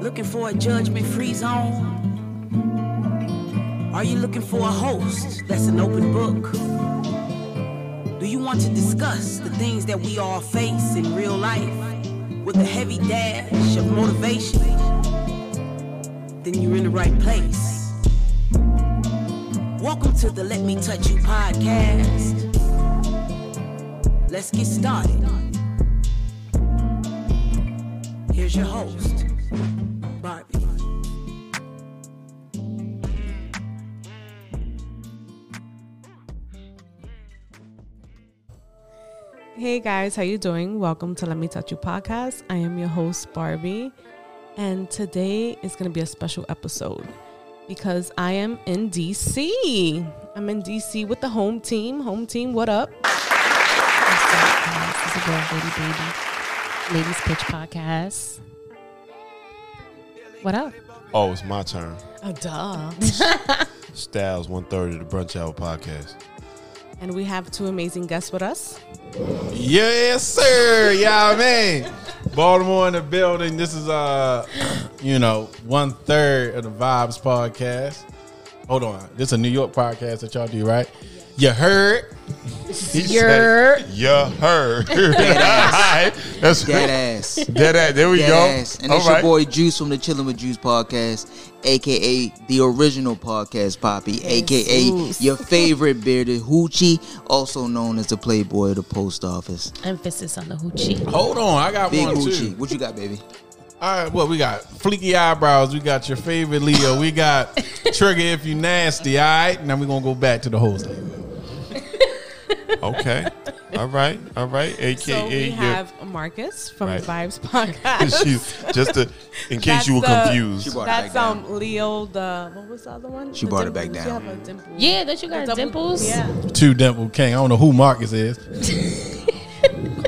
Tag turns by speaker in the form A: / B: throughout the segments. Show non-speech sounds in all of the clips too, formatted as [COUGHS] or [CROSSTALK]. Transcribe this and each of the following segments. A: Looking for a judgment free zone? Are you looking for a host that's an open book? Do you want to discuss the things that we all face in real life with a heavy dash of motivation? Then you're in the right place. Welcome to the Let Me Touch You podcast. Let's get started. Here's your host, Barbie.
B: Hey guys, how you doing? Welcome to Let Me Touch You podcast. I am your host Barbie, and today is going to be a special episode because I am in DC. I'm in DC with the home team. Home team, what up?
C: What's up, guys? This is your girl, Lady Baby. Ladies Pitch Podcast. What up?
D: Oh, it's my turn.
B: Oh, duh.
D: Styles, one third of the Brunch Hour podcast.
B: and we have two amazing guests with us.
D: Yes, sir. Y'all, man. Baltimore in the building. This is uh, you know, one third of the Vibes podcast. Hold on, this is a New York podcast that y'all do, right? You heard? He
C: Yer.
D: said, You heard? [LAUGHS] Alright. That's
E: Dead ass.
D: Dead ass. There we
E: Dead
D: go.
E: ass. And it's
D: All right.
E: your boy Juice from the Chillin' with Juice podcast, aka the original podcast Poppy, aka your favorite bearded hoochie, also known as the Playboy of the Post Office.
C: Emphasis on the hoochie.
D: Hold on, I got
E: Big
D: one too.
E: hoochie. What you got, baby?
D: All right, what we got? Fleeky eyebrows. We got your favorite Leo. We [LAUGHS] got trigger if you nasty. All right, now we're gonna go back to the host. [LAUGHS] okay. All right. All right. AKA
B: so we
D: your-
B: have Marcus from
D: Right. [LAUGHS]
B: Vibes Podcast.
D: she's [LAUGHS] just to, in case
B: That's
D: you were
B: the-
D: confused.
E: She brought it
B: That's
E: back down.
B: um Leo the what was the other one?
E: She
B: The
E: brought it back
B: dimples.
E: down.
B: You have a dimple.
C: Yeah, don't you got
B: Double-
C: dimples?
B: Yeah.
D: Two dimple king. I don't know who Marcus is.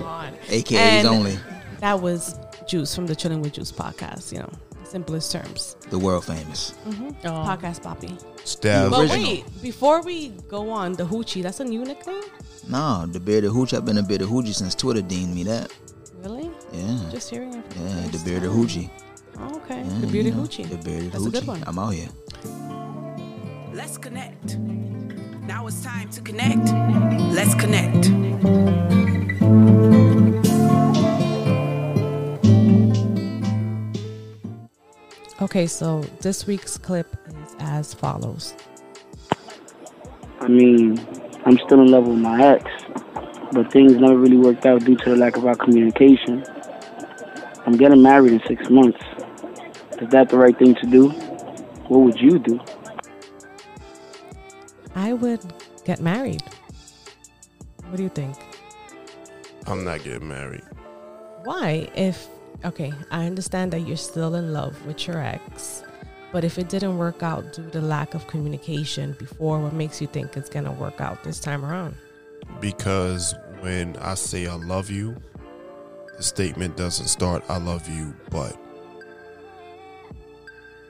B: on.
E: AKAs
B: And
E: only.
B: That was Juice from the Chilling with Juice podcast. You know, simplest terms.
E: The world famous.
C: Oh.
B: Podcast Poppy.
D: Styles.
B: But
E: Original.
B: wait, before we go on, the hoochie. That's a new nickname.
E: Nah, the bearded hoochie. I've been a bearded hoochie since Twitter deemed me that.
B: Really?
E: Yeah.
B: Just hearing it. From
E: Yeah,
B: the
E: the
B: first
E: bearded
B: time.
E: hoochie.
B: Oh, okay,
E: Yeah,
B: the beauty
E: you know,
B: hoochie.
E: The bearded
B: That's
E: hoochie.
B: a good one.
E: I'm out here.
A: Let's connect. Now it's time to connect. Let's connect.
B: Okay, so this week's clip is as follows.
F: I mean, I'm still in love with my ex, but things never really worked out due to the lack of our communication. I'm getting married in six months. Is that the right thing to do? What would you do?
B: I would get married. What do you think?
D: I'm not getting married.
B: Why? If okay, I understand that you're still in love with your ex, but if it didn't work out due to lack of communication before, what makes you think it's gonna work out this time around?
G: because when I say I love you, the statement doesn't start I love you, but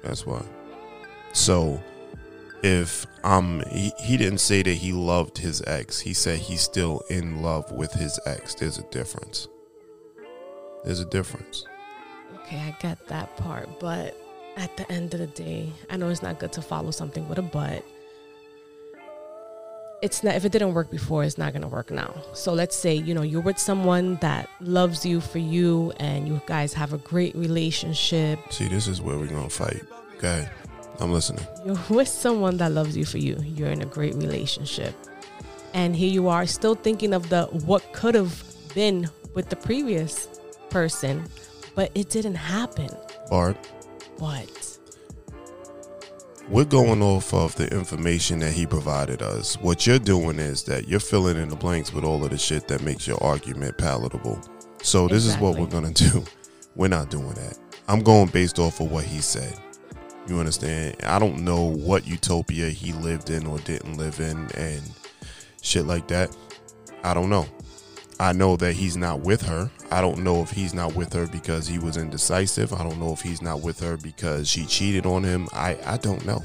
G: that's why. So if um he, he didn't say that he loved his ex, he said he's still in love with his ex. There's a difference. There's a difference.
B: Okay, I get that part, but at the end of the day, I know it's not good to follow something with a but. It's not if it didn't work before, it's not gonna work now. So let's say you know you're with someone that loves you for you, and you guys have a great relationship.
G: See, this is where we're gonna fight. Okay. I'm listening.
B: You're [LAUGHS] with someone that loves you for you. You're in a great relationship, and here you are still thinking of the what could have been with the previous person, but it didn't happen.
G: Bart,
B: What?
G: We're going off of the information that he provided us. What you're doing is that you're filling in the blanks with all of the shit that makes your argument palatable. So this is what
B: Exactly.
G: we're gonna do. [LAUGHS] We're not doing that. I'm going based off of what he said. You understand? I don't know what utopia he lived in or didn't live in and shit like that. I don't know. I know that he's not with her. I don't know if he's not with her because he was indecisive. I don't know if he's not with her because she cheated on him. I, I don't know.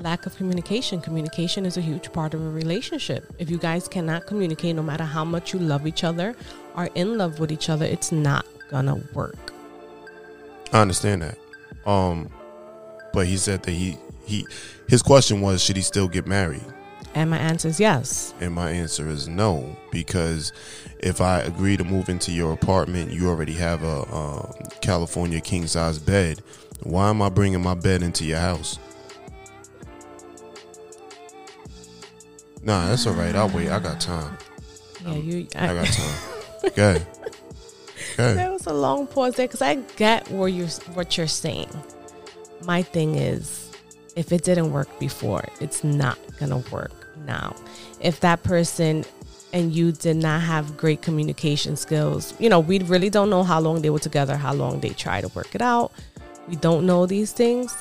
B: Lack of communication. Communication is a huge part of a relationship. If you guys cannot communicate, no matter how much you love each other, are in love with each other, it's not gonna work.
G: I understand that. Um but he said that he he his question was should he still get married?
B: And my answer is yes.
G: And my answer is no, because if I agree to move into your apartment, you already have a uh, California king size bed. Why am I bringing my bed into your house? Nah, that's all right. I'll wait. I got time.
B: Yeah, you.
G: Um, I got time. Okay. Okay.
B: There was a long pause there because I get where you what you're saying. My thing is, if it didn't work before, it's not gonna work now. If that person and you did not have great communication skills, you know, we really don't know how long they were together, how long they tried to work it out. We don't know these things,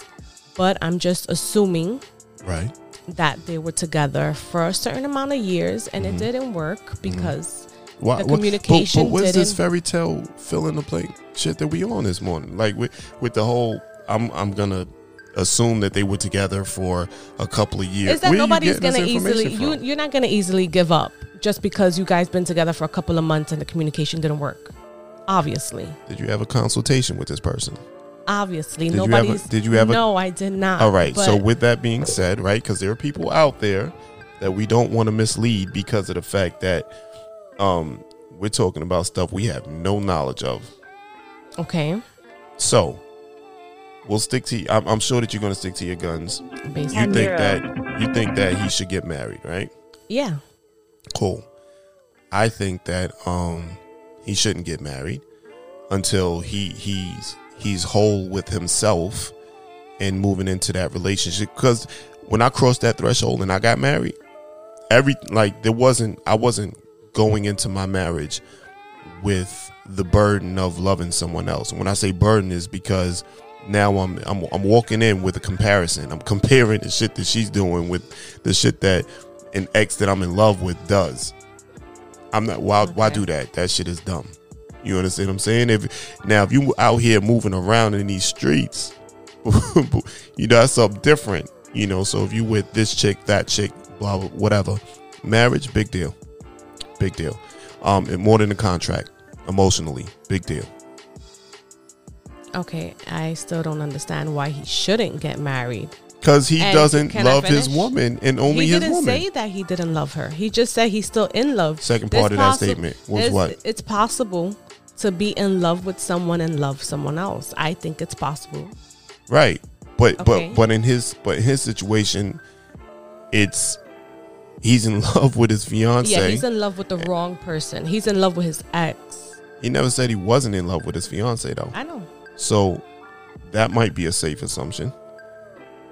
B: but I'm just assuming
G: Right.
B: that they were together for a certain amount of years and it didn't work because
G: Why,
B: The
G: what- but-
B: communication
G: But, where's this
B: didn't-
G: fairy tale fill in the blank shit that we on this morning? Like with with the whole, I'm I'm gonna assume that they were together for a couple of years.
B: is that
G: Where you
B: nobody's
G: getting
B: gonna
G: this
B: easily
G: information
B: you
G: from?
B: you're not gonna easily give up just because you guys been together for a couple of months and the communication didn't work. Obviously,
G: Did you have a consultation with this person?
B: obviously,
G: Did you have a-
B: nobody's.
G: did you have a-
B: No, I did not.
G: All right. So
B: Uh, but
G: with that being said, right, because there are people out there that we don't want to mislead because of the fact that um we're talking about stuff we have no knowledge of.
B: okay,
G: So we'll stick to. I'm, I'm sure that you're gonna stick to your guns.
B: based
G: you
B: on
G: think that you think that he should get married, right?
B: yeah,
G: Cool. I think that um he shouldn't get married until he he's he's whole with himself and moving into that relationship cuz when I crossed that threshold and I got married, every like there wasn't I wasn't going into my marriage with the burden of loving someone else. And when I say burden is because now I'm I'm I'm walking in with a comparison. I'm comparing the shit that she's doing with the shit that an ex that I'm in love with does. I'm not why why do that? That shit is dumb. You understand what I'm saying? If now if you out here moving around in these streets, [LAUGHS] you know that's something different. You know, so if you with this chick, that chick, blah blah whatever. Marriage, big deal. Big deal. Um and more than a contract. Emotionally, big deal.
B: okay. I still don't understand why he shouldn't get married.
G: Cause he
B: And
G: doesn't
B: can I
G: love his
B: finish?
G: woman and only
B: he
G: his
B: didn't
G: woman.
B: say that he didn't love her. He just said he's still in love.
G: Second
B: There's
G: part of that statement was
B: there's-
G: what?
B: It's possible to be in love with someone and love someone else. I think it's possible.
G: Right. But
B: Okay.
G: but but in his but in his situation, it's he's in [LAUGHS] love with his fiance.
B: Yeah, he's in love with the wrong person. He's in love with his ex.
G: he never said he wasn't in love with his fiance though.
B: I know.
G: So that might be a safe assumption.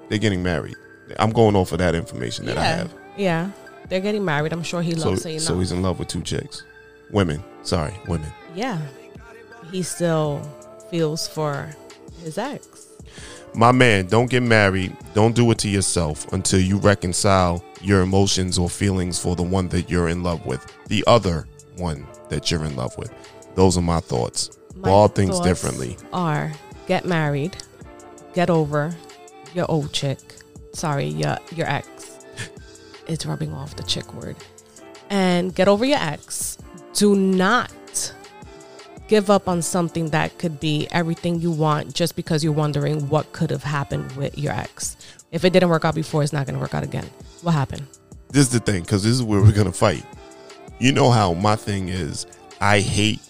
G: They're getting married. I'm going off of that information that I
B: yeah.
G: have.
B: Yeah. They're getting married. I'm sure he
G: So,
B: loves her. You
G: so
B: know.
G: he's in love with two chicks. Women. Sorry, women.
B: yeah. He still feels for his ex.
G: My man, don't get married. Don't do it to yourself until you reconcile your emotions or feelings for the one that you're in love with, the other one that you're in love with. Those are my thoughts.
B: My
G: Ball things
B: thoughts
G: differently.
B: Are get married, get over your old chick. Sorry, your your
G: [LAUGHS]
B: ex. It's rubbing off the chick word. And get over your ex. Do not give up on something that could be everything you want just because you're wondering what could have happened with your ex. If it didn't work out before, it's not going to work out again. What happened?
G: This is the thing, because this is where we're gonna fight. You know how my thing is. I hate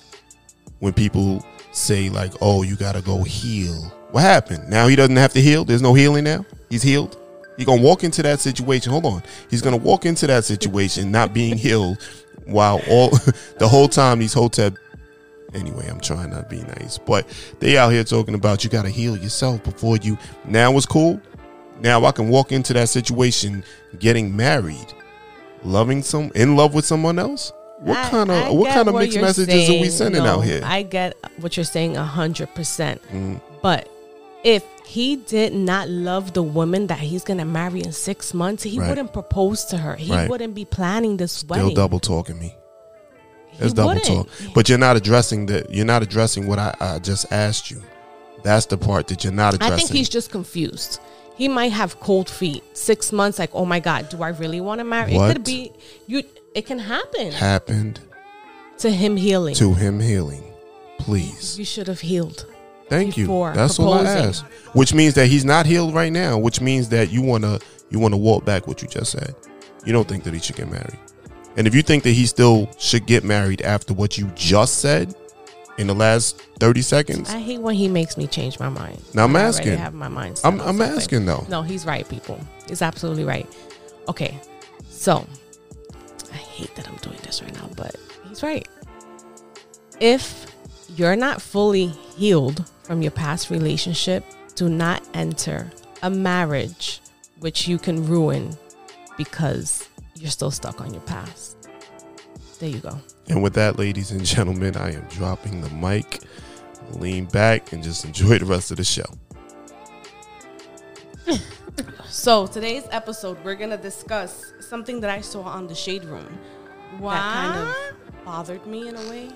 G: when people say like, "Oh, you gotta go heal." What happened? Now he doesn't have to heal. There's no healing now. He's healed. He's gonna walk into that situation. Hold on. He's gonna walk into that situation not being healed, while all [LAUGHS] the whole time these hotep. Anyway, I'm trying not to be nice, but they out here talking about you gotta heal yourself before you. Now it's cool. Now I can walk into that situation getting married, loving some in love with someone else. What
B: I-
G: kind of
B: I
G: what
B: get
G: kind of mixed
B: you're
G: messages are we
B: saying.
G: sending
B: No,
G: out here? Mm.
B: I get what you're saying a hundred percent. But if he did not love the woman that he's gonna marry in six months, he
G: Right.
B: wouldn't propose to her. He
G: Right.
B: wouldn't be planning this
G: They'll
B: wedding.
G: double talking me.
B: He
G: It's double
B: wouldn't.
G: talk. But you're not addressing that. You're not addressing what I, I just asked you. That's the part that you're not addressing.
B: I think he's just confused. He might have cold feet. Six months, like, oh my god, do I really want to marry? It
G: What?
B: could be you. It can happen
G: happened
B: to him healing.
G: to him healing. Please,
B: you should have healed.
G: thank you.
B: before
G: That's all I
B: proposing.
G: asked. Which means that he's not healed right now. Which means that you wanna you wanna walk back what you just said. You don't think that he should get married. And if you think that he still should get married after what you just said in the last thirty seconds,
B: I hate when he makes me change my mind.
G: Now, I'm
B: When I
G: asking.
B: Already have my mind. set
G: I'm-
B: on
G: I'm
B: something.
G: asking, though.
B: No, he's right, people. He's absolutely right. Okay, so I hate that I'm doing this right now, but he's right. If you're not fully healed from your past relationship, do not enter a marriage which you can ruin because you're still stuck on your past. There you go.
G: And with that, ladies and gentlemen, I am dropping the mic. Lean back and just enjoy the rest of the show.
B: So today's episode, we're gonna discuss something that I saw on the Shade Room that kind of bothered me in a way.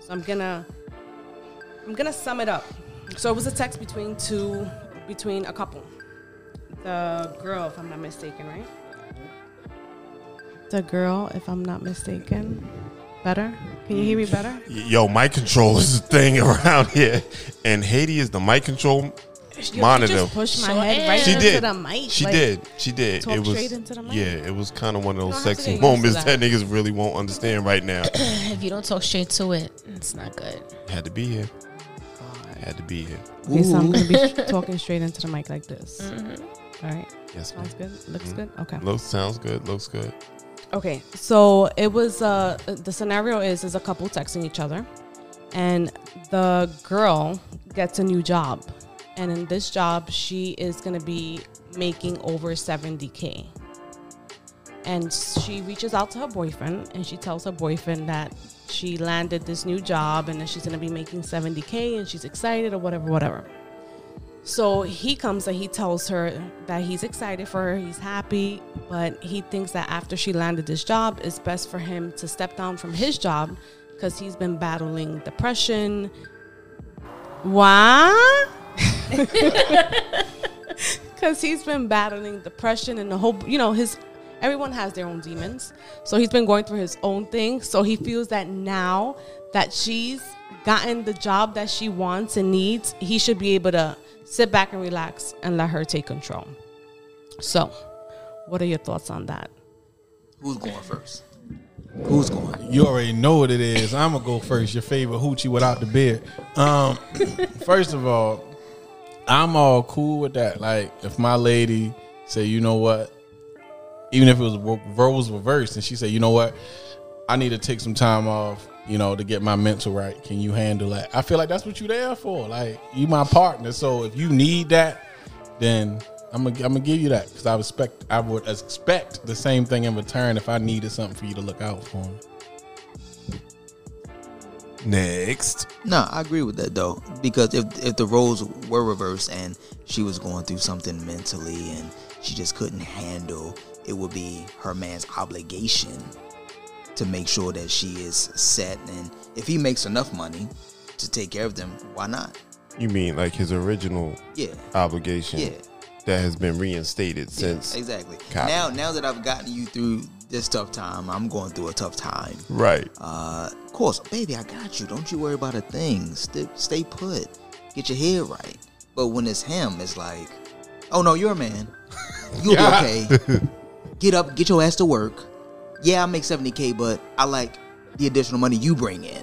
B: So I'm gonna I'm gonna sum it up. So it was a text between two between a couple. The girl, if I'm not mistaken, right? The girl, if I'm not mistaken. Better? Can you hear me better?
G: Yo, mic control is a thing [LAUGHS] around here, and Haiti is the mic control monitor.
B: Just push my
C: Sure
B: head right
C: is.
G: she
B: into
G: did.
B: the mic.
G: She
B: like-
G: did. She did.
B: talk
G: it was.
B: straight into the mic.
G: Yeah, it was kind of one of those
B: don't have to get
G: sexy
B: used
G: moments
B: to
G: that
B: that.
G: niggas really won't understand
B: [COUGHS]
G: right now.
C: If you don't talk straight to it, it's not good.
G: Had to be here. Had to be here.
B: Okay, so I'm gonna be talking straight into the mic like this.
C: Mm-hmm.
B: All right.
G: Yes, ma'am.
B: Sounds good. Looks good. Okay.
G: Looks sounds good. Looks good.
B: Okay. So it was uh the scenario is is a couple texting each other, and the girl gets a new job, and in this job she is gonna be making over seventy k. And she reaches out to her boyfriend, and she tells her boyfriend that she landed this new job, and that she's gonna be making seventy k, and she's excited or whatever, whatever. So he comes and he tells her that he's excited for her, he's happy, but he thinks that after she landed this job, it's best for him to step down from his job because he's been battling depression. Why? Because he's been battling depression and the whole, you know, his, everyone has their own demons. So he's been going through his own thing. So he feels that now that she's gotten the job that she wants and needs, he should be able to sit back and relax and let her take control. So, what are your thoughts on that?
E: Who's going first? Who's going?
D: You already know what it is. I'm gonna go first. Your favorite hoochie without the beard. Um, [COUGHS] first of all, I'm all cool with that. Like, if my lady say, you know what, even if it was ro- roles reversed, and she say, you know what, I need to take some time off, you know, to get my mental right. Can you handle that? I feel like that's what you there for. Like, you my partner, so if you need that, then I'm gonna I'm gonna give you that because I respect I would expect the same thing in return if I needed something for you to look out for me.
G: Next.
E: No, I agree with that though, because if if the roles were reversed and she was going through something mentally and she just couldn't handle, it would be her man's obligation to make sure that she is set. And if he makes enough money to take care of them, why not?
G: You mean like his original
E: Yeah,
G: obligation
E: Yeah.
G: that has been reinstated since
E: exactly.
G: Copy.
E: Now, now that I've gotten you through this tough time, I'm going through a tough time.
G: right
E: Uh, of course, baby, I got you. Don't you worry about a thing. Stay, stay put. Get your head right. But when it's him, it's like, oh no, you're a man. [LAUGHS] You'll be okay. Get up, get your ass to work. Yeah, I make 70K, but I like the additional money you bring in.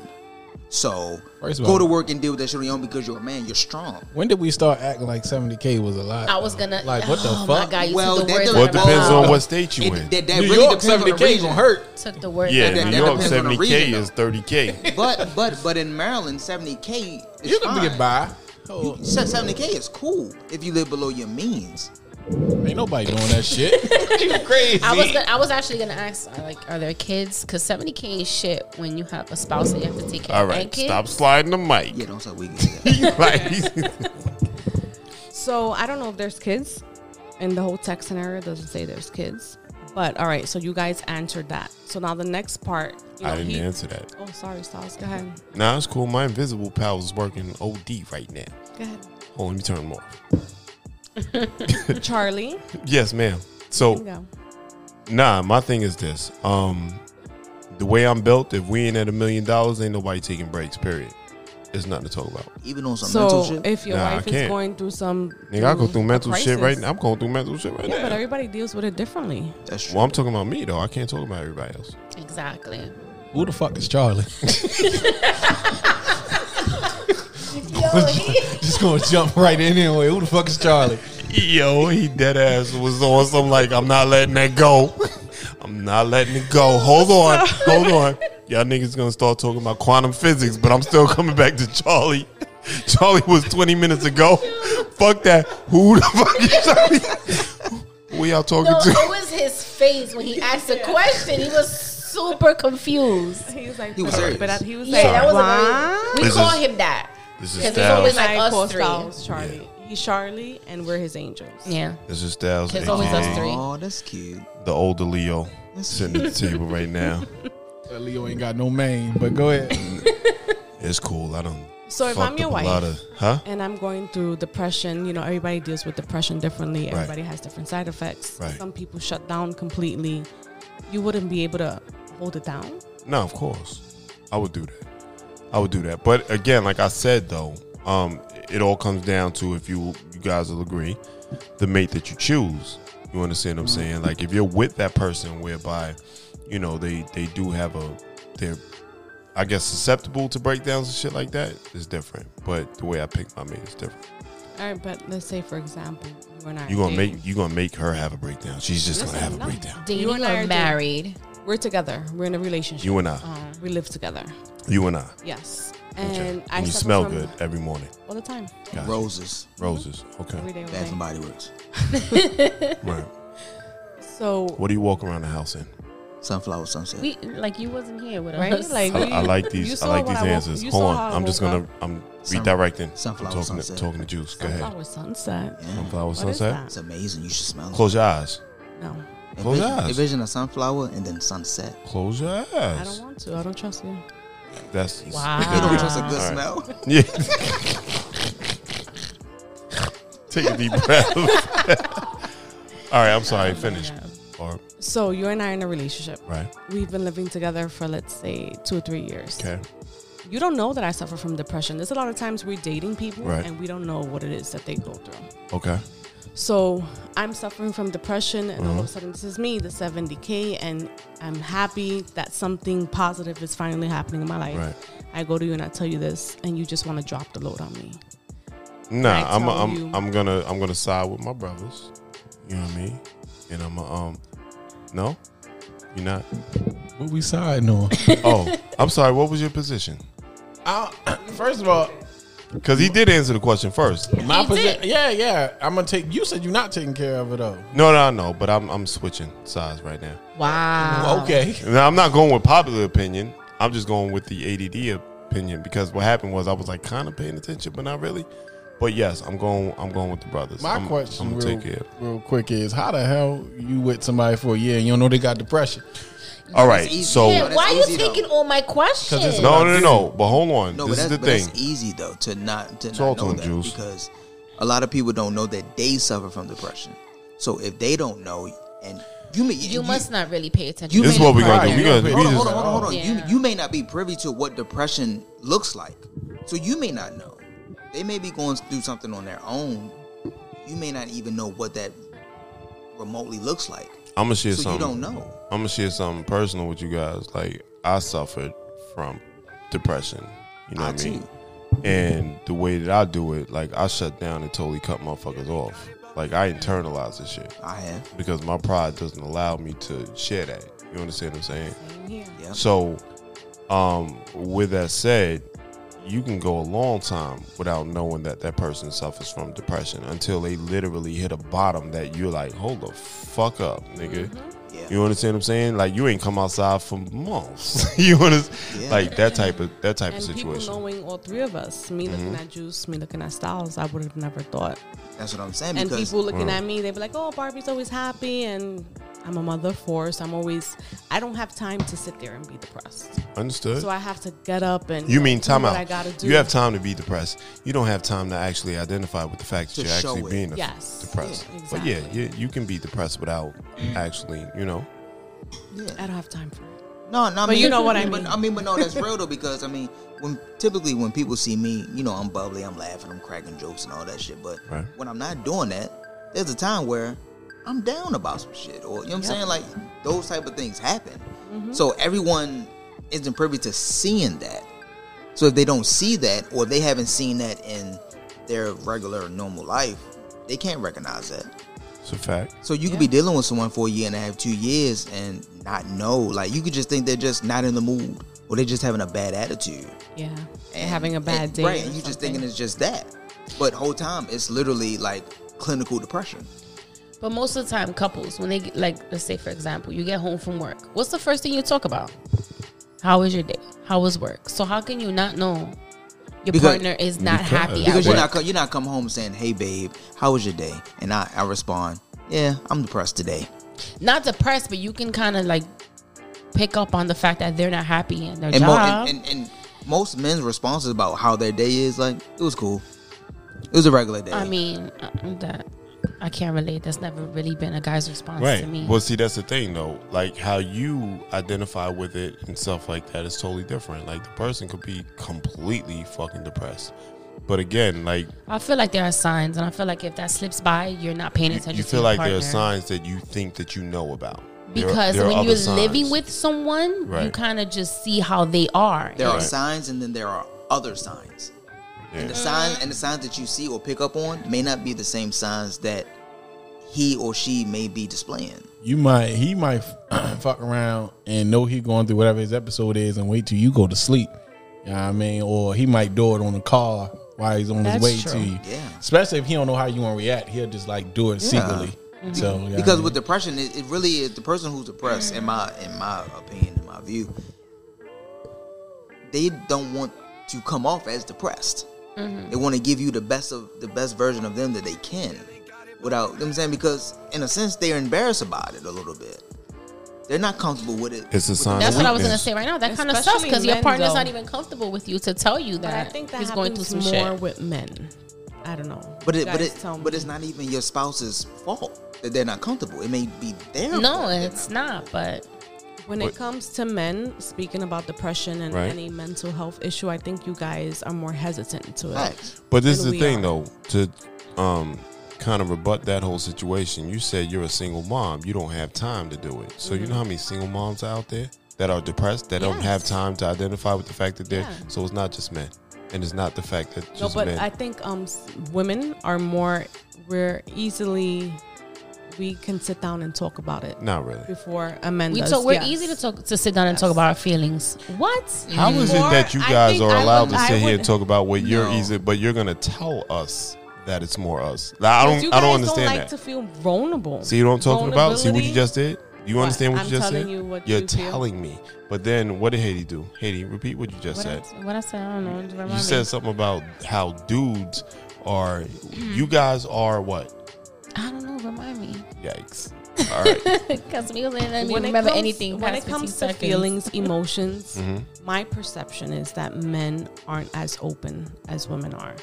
E: So
D: First of
E: go
D: all-
E: to work and deal with that shit on your own because you're a man. You're strong.
D: When did we start acting like 70k was a lot?
C: I was gonna
D: like what the
C: oh
D: fuck?
C: My God, you
E: Well,
C: took the
E: that
C: words
E: doesn't-
C: out
G: well it
C: of my
G: depends
C: mouth.
G: on what state you
E: It-
G: in
E: that that
D: New
E: really
D: York
E: depends on the
D: 70k
E: region.
D: gonna hurt.
C: Took the words
G: yeah
C: out of
E: that-
C: my
G: new
C: mouth.
G: york
E: depends on the
G: 70k
E: region,
B: [LAUGHS]
G: is 30k
E: But but but in Maryland, 70K is
D: You can
E: fine.
D: get by.
E: You- se- 70K is cool if you live below your means.
D: Ain't nobody doing that shit. you crazy.
C: I was gonna, I was actually gonna ask uh, like, are there kids? Because seventy k is shit when you have a spouse that you have to take care
G: All
C: of.
G: right,
C: and kids.
G: stop sliding the mic.
E: Yeah, don't say we get
C: [LAUGHS]
E: that.
G: [LAUGHS]
B: [LAUGHS]
G: like,
B: So I don't know if there's kids, and the whole text scenario doesn't say there's kids. But all right, so you guys answered that. So now the next part. you
G: I
B: know,
G: didn't
B: he-
G: answer that.
B: Oh, sorry, Styles. Go ahead.
G: Nah, it's cool. My invisible pal is working OD right now.
B: Go ahead.
G: [LAUGHS] Hold on, let me turn him off.
B: Charlie,
G: Yes, ma'am.
B: you
G: So,
B: go.
G: nah, my thing is this. Um, the way I'm built, if we ain't at a million dollars, ain't nobody taking breaks. Period. There's nothing to talk about.
E: Even on some mental
B: So
E: shit.
B: if your
G: Nah, I
B: wife is
G: can't.
B: going through some,
G: Nigga, I go through
B: Mm-hmm. a
G: mental shit right
B: crisis.
G: now. I'm going through mental shit right
B: Yeah, but
G: now.
B: everybody deals with it differently.
E: that's true.
G: well, I'm talking about me though. I can't talk about everybody else.
C: Exactly.
D: Who the fuck is Charlie? [LAUGHS] Just gonna jump right in anyway. Who the fuck is [LAUGHS] Charlie?
G: Yo, he dead ass was on some like I'm not letting that go. [LAUGHS] I'm not letting it go. Hold on, hold on. Y'all niggas gonna start talking about quantum physics, but I'm still coming back to Charlie. [LAUGHS] Charlie was 20 minutes ago. Fuck that. Who the fuck is Charlie? Who y'all talking
C: No,
G: to?
C: it was his face when he asked the question. He was super confused.
B: He was like,
E: He was
B: but-
E: serious.
B: but I- he was
C: Yeah,
B: like,
C: that was
B: "What?"
C: a very, we
G: This
C: call
G: is-
C: him that
G: This
C: because it's always like
B: I call
C: us three.
B: Styles Charlie. He's Charlie, and we're his angels.
C: Yeah,
G: This is Styles,
C: It's always us
G: aka
C: three.
E: Oh, that's cute.
G: the older Leo, sitting at the table right
B: [LAUGHS]
G: now.
D: That Leo ain't got no mane, but go ahead.
G: It's cool. I don't.
B: So if I'm your
G: a lot
B: wife
G: of, huh?
B: and I'm going through depression, you know, everybody deals with depression differently.
G: Right.
B: Everybody has different side effects.
G: Right.
B: Some people shut down completely. You wouldn't be able to hold it down.
G: No, of course. I would do that. I would do that. But again, like I said though, um, it all comes down to if you you guys will agree, the mate that you choose. You understand what I'm
B: Mm-hmm.
G: saying? Like if you're with that person whereby, you know, they they do have a they're I guess susceptible to breakdowns and shit like that is different. But the way I pick my mate is different.
B: All right, but let's say for example, you and I
G: You gonna
B: dating.
G: make you gonna make her have a breakdown. She's just gonna have a breakdown.
C: dating
B: You and I are
C: or
B: dating.
C: married.
B: we're together. We're in a relationship. Uh,
G: You and I.
B: we live together.
G: You and I.
B: Yes.
G: Okay.
B: And I
G: And you
B: suffer
G: smell
B: from-
G: good every morning.
B: all the time.
G: Gotcha.
E: Roses,
G: Roses. Okay.
B: Every day. all
E: Bath
B: day.
E: and Body Works,
G: Right.
B: So
G: What do you walk around the house in?
E: Sunflower Sunset.
C: We like you wasn't here with
B: right,
C: us.
B: like
G: I,
B: we-
G: I like
B: you
G: these. I
B: saw
G: like
B: what
G: these
B: woke-
G: answers.
B: you
G: Hold
B: saw
G: on,
B: how I
G: I'm just
B: woke
G: gonna.
B: up.
G: I'm
E: Sun-
G: redirecting.
E: sunflower
G: I'm talking to,
E: sunset.
G: talking to Juice. Go ahead.
B: Sunflower sunset.
G: Sunflower
B: What is
G: sunset.
E: it's amazing. You should smell it.
G: Close your eyes.
B: No,
G: close your
E: envision,
G: eyes.
E: envision a sunflower and then sunset.
G: Close your eyes.
B: I don't want to. I don't trust you.
G: That's
C: Wow.
E: [LAUGHS] You don't trust a
C: Ah.
E: good
G: All right.
E: smell.
G: Yeah. [LAUGHS] Take a
B: [LAUGHS]
G: deep breath. [LAUGHS] All right. I'm sorry. Finish. Or
B: So you and I are in a relationship.
G: right.
B: We've been living together for let's say two or three years.
G: Okay.
B: You don't know that I suffer from depression. There's a lot of times we're dating people
G: Right.
B: and we don't know what it is that they go through.
G: Okay.
B: So I'm suffering from depression, and
G: Mm-hmm.
B: all of a sudden, this is me, the 70K, and I'm happy that something positive is finally happening in my life.
G: Right.
B: I go to you and I tell you this, and you just want to drop the load on me.
G: Nah,
B: I
G: I'm
B: tell
G: I'm
B: you-
G: I'm gonna I'm gonna side with my brothers. You know what I mean? And I'm a, um. No,
E: [LAUGHS]
G: you're not.
D: What we siding on?
G: Oh, I'm sorry. What was your position?
D: I- First of all,
G: Because he did answer the question first.
D: my
C: He
D: position.
C: did.
D: Yeah, yeah. I'm gonna take. You said you're not taking care of it though.
G: No, no, no. But I'm I'm switching sides right now.
C: wow.
D: okay.
G: Now I'm not going with popular opinion. I'm just going with the ADD opinion because what happened was I was like kind of paying attention, but not really. But yes, I'm going. I'm going with the brothers.
D: My
G: I'm,
D: question,
G: I'm gonna
D: real,
G: take care. of it.
D: real quick, is how the hell you with somebody for a year and you don't know they got depression?
G: All right.
E: easy.
G: So
E: Yeah,
C: Why are you
E: easy, though.
C: taking all my questions?
D: it's
G: no, no, no, no. But hold on.
E: No,
G: this
E: but, that's,
G: is the
E: but
G: thing.
E: that's easy though to not to
G: Talk
E: not
G: to
E: know
G: him,
E: that
G: Juice.
E: because a lot of people don't know that they suffer from depression. So if they don't know, and you may
C: you must not really pay attention.
E: You
C: to
G: This is
C: your
G: what we gonna
C: partner.
G: do. We
D: Right,
G: gonna
D: you
G: we
D: don't
E: hold
D: pay
E: on, hold
G: just
E: on, hold on.
C: Yeah.
E: You you may not be privy to what depression looks like, so you may not know. They may be going through something on their own. You may not even know what that remotely looks like.
G: I'm gonna share
E: So you
G: something.
E: don't know.
G: I'm gonna share something personal with you guys. Like I suffered from depression. You know
E: I
G: what I mean?
E: too.
G: And the way that I do it, like I shut down and totally cut motherfuckers off. Like I internalize this shit
E: I have.
G: because my pride doesn't allow me to share that. You understand what I'm saying?
B: Yeah.
E: Yeah.
G: So, um, with that said, you can go a long time without knowing that that person suffers from depression until they literally hit a bottom that you're like, hold the fuck up, nigga.
B: Mm-hmm.
E: Yeah.
G: You understand what I'm saying? Like you ain't come outside for months. [LAUGHS] you understand?
E: Yeah.
G: Like that type of that type
B: And
G: of situation. Mm-hmm.
B: people knowing all three of us, me looking at Juice, me looking at Styles, I would have never thought.
E: That's what I'm saying.
B: And
E: because
B: people looking at me, they be like, "Oh, Barbie's always happy," and I'm a mother of four, so I'm always. I don't have time to sit there and be depressed,
G: Understood?
B: so I have to get up and.
G: you mean
B: do
G: time
B: what
G: out.
B: I gotta do.
G: You have time to be depressed. You don't have time to actually identify with the fact that
E: To
G: you're actually
E: show it.
G: being a-
B: Yes.
G: depressed.
B: Yeah,
G: But yeah,
B: exactly.
G: you, you can be depressed without actually, you know.
B: I don't have time for it.
E: No, no, I
B: But
E: mean,
B: you know what I
E: but-
B: mean.
E: I mean, but no,
B: [LAUGHS]
E: that's real though because I mean, when typically when people see me, you know, I'm bubbly, I'm laughing, I'm cracking jokes and all that shit. But
G: Right.
E: when I'm not doing that, there's a time where I'm down about some shit, or you know what I'm saying? Like those type of things happen.
B: Mm-hmm.
E: So everyone isn't privy to seeing that. So if they don't see that, or they haven't seen that in their regular normal life, they can't recognize that.
G: It's a fact.
E: So you could be dealing with someone for a year and a half, two years, and not know. Like you could just think they're just not in the mood, or they're just having a bad attitude,
B: Yeah,
E: and
B: having a bad
E: and-
B: day.
E: Right,
B: or
E: and you just
B: something.
E: thinking it's just that, but whole time it's literally like clinical depression.
C: But most of the time, couples, when they get, like, let's say for example, you get home from work, what's the first thing you talk about? How was your day? How was work? So how can you not know your
E: Because-
C: partner is not
G: Because-
C: happy at
E: Because
C: work?
E: you're not co- you're not come home saying, "Hey, babe, how was your day?" And I, I respond, "Yeah, I'm depressed today."
C: not depressed, but you can kind of like pick up on the fact that they're not happy in their
E: And,
C: job.
E: mo- and, and and most men's responses about how their day is like, "It was cool, it was a regular day."
C: I mean, uh, that I can't relate. That's never really been a guy's response to me.
G: Well, see, that's the thing though. Like how you identify with it and stuff like that is totally different. Like the person could be completely fucking depressed. But again, like
C: I feel like there are signs, and I feel like if that slips by, you're not paying
G: you,
C: attention.
G: you
C: to
G: feel
C: your
G: like there are
C: partner.
G: signs that you think that you know about. There are-
C: because
G: there are
C: when
G: other
C: you're
G: signs.
C: living with someone, you
G: Right.
C: kind of just see how they are.
E: There are
G: Right.
E: signs, and then there are other signs. And the
G: Yeah.
E: sign and the signs that you see or pick up on may not be the same signs that he or she may be displaying.
D: You might he might [CLEARS THROAT] fuck around and know he going through whatever his episode is and wait till you go to sleep. You know what I mean? Or he might do it on the car while he's on his
C: That's
D: way
C: true.
D: to you.
E: Yeah.
D: Especially if he don't know how you want to react, he'll just like do it secretly. So you know what I
E: Mm-hmm. Because
D: mean?
E: with depression, it, it really is the person who's depressed, in my in my opinion, in my view, they don't want to come off as depressed.
C: Mm-hmm.
E: They want to give you the best of the best version of them that they can, without you know what I'm saying because in a sense they're embarrassed about it a little bit. They're not comfortable with it.
G: It's a
E: with
G: sign
C: That's
G: of
C: what I was
G: weakness.
C: gonna say right now. That kind of
B: Especially
C: sucks because your
B: men,
C: partner's
B: though.
C: not even comfortable with you to tell you
B: But
C: that,
B: I think that
C: he's
B: happens
C: going through some
B: more
C: shit.
B: with men. I don't know.
E: But it,
B: You
E: but
B: guys
E: it,
B: tell me.
E: but it's not even your spouse's fault that they're not comfortable. It may be their.
C: No,
E: fault they're
C: it's not. But
B: When it comes to men speaking about depression and
G: Right.
B: any mental health issue, I think you guys are more hesitant to it.
E: Facts.
G: But this is
B: than
G: the
B: we
G: thing,
B: are.
G: though, to um, kind of rebut that whole situation. You said you're a single mom. You don't have time to do it. So you know how many single moms are out there that are depressed that don't have
B: Mm-hmm. Yes.
G: time to identify with the fact that they're.
B: Yeah.
G: So it's not just men, and it's not the fact that
B: No,
G: just
B: but
G: men.
B: I think um, s- women are more. We're easily. We can sit down and talk about it
G: not really.
B: before a man.
C: we
B: does,
C: talk, we're
B: yes.
C: easy to talk to sit down and talk about our feelings. What?
G: How is it
B: Or
G: that you
B: I
G: guys
B: think
G: are
B: I
G: allowed
B: would-
G: to sit
B: I
G: here
B: would-
G: and talk about what you're
E: No.
G: easy, but you're gonna tell us that it's more us? Like, I
B: You
G: don't. I
B: guys
G: don't understand
B: like
G: that.
B: to feel vulnerable.
G: See what I'm talking about? See what
B: Vulnerability?
G: you just did? You
B: What?
G: understand what
B: I'm
G: you just
B: telling
G: said?
B: you what
G: are
B: you feel.
G: telling me. But then what did Haiti do? Haiti, repeat what you just
C: What I,
G: said.
C: what I said, I don't know. Just
G: You
C: remind me.
G: said something about how dudes are
B: Hmm.
G: you guys are what?
C: I don't know. Remind me.
G: Yikes.
B: [LAUGHS]
G: All right.
C: Because we wasn't letting me
B: When it
C: remember
B: comes-
C: anything.
B: when
C: past
B: it comes
C: 15
B: to
C: seconds.
B: feelings,
G: [LAUGHS]
B: emotions,
G: Mm-hmm.
B: my perception is that men aren't as open as women are.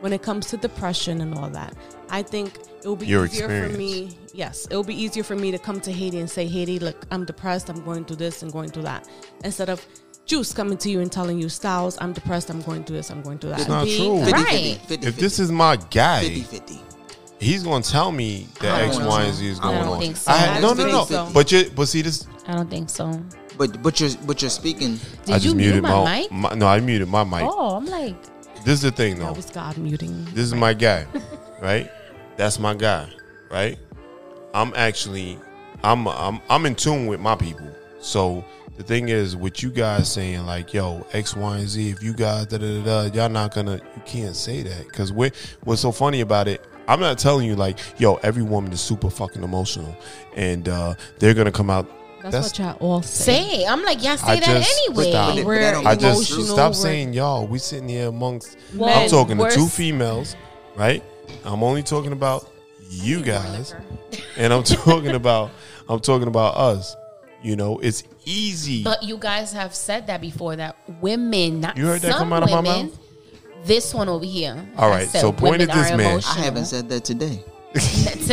B: When it comes to depression and all that, I think it will be
G: Your
B: easier for me. Yes, it will be easier for me to come to Haiti and say, Haiti, look, I'm depressed. I'm going through this and going through that, instead of Juice coming to you and telling you, Styles, I'm depressed. I'm going through this. I'm going through that.
G: It's not
B: Being-
G: true.
E: 50,
C: Right.
E: 50, 50,
G: If this is my guy,
E: 50 50.
G: he's gonna tell me
E: I
G: that
E: don't
G: X,
E: think
G: Y,
E: so.
G: and Z is
C: I
G: going
C: don't
G: on.
C: think so.
G: I-
C: I
G: no,
E: don't
G: no, no.
E: think so.
G: But you but see this
C: I don't think so. Did
E: But but you're but you're speaking.
G: I just
C: you
G: muted
C: mute my, mic?
G: my no, I muted my mic.
C: Oh, I'm like,
G: This is the thing though.
B: That was God muting.
G: this is my guy, right? That's my guy, right? I'm actually, I'm, I'm, I'm in tune with my people. So The thing is, with you guys saying like, "Yo, X, Y, and Z," if you guys da da da, da y'all not gonna, you can't say that because what what's so funny about it? I'm not telling you like, "Yo, every woman is super fucking emotional," and uh, they're gonna come out.
B: That's, what y'all all say.
C: Say, I'm like, y'all say
G: I
C: that
G: just-
C: anyway.
E: Stop it.
B: We're
E: that don't-
G: I just
B: emotional,
G: stop
B: we're-
G: saying y'all. We sitting here amongst. I'm
C: Men,
G: talking to two
C: worse.
G: females, right? I'm only talking about you guys, and I'm talking about I'm talking about us. You know, it's easy.
C: But you guys have said that before that women, not
G: You heard that
C: some
G: come out of my
C: women,
G: mouth?
C: This one over here.
G: All
C: I
G: right,
C: said
G: so point
C: women
G: at this
C: are
G: man.
E: I
C: emotional.
E: haven't said that today.
C: today,
D: [LAUGHS]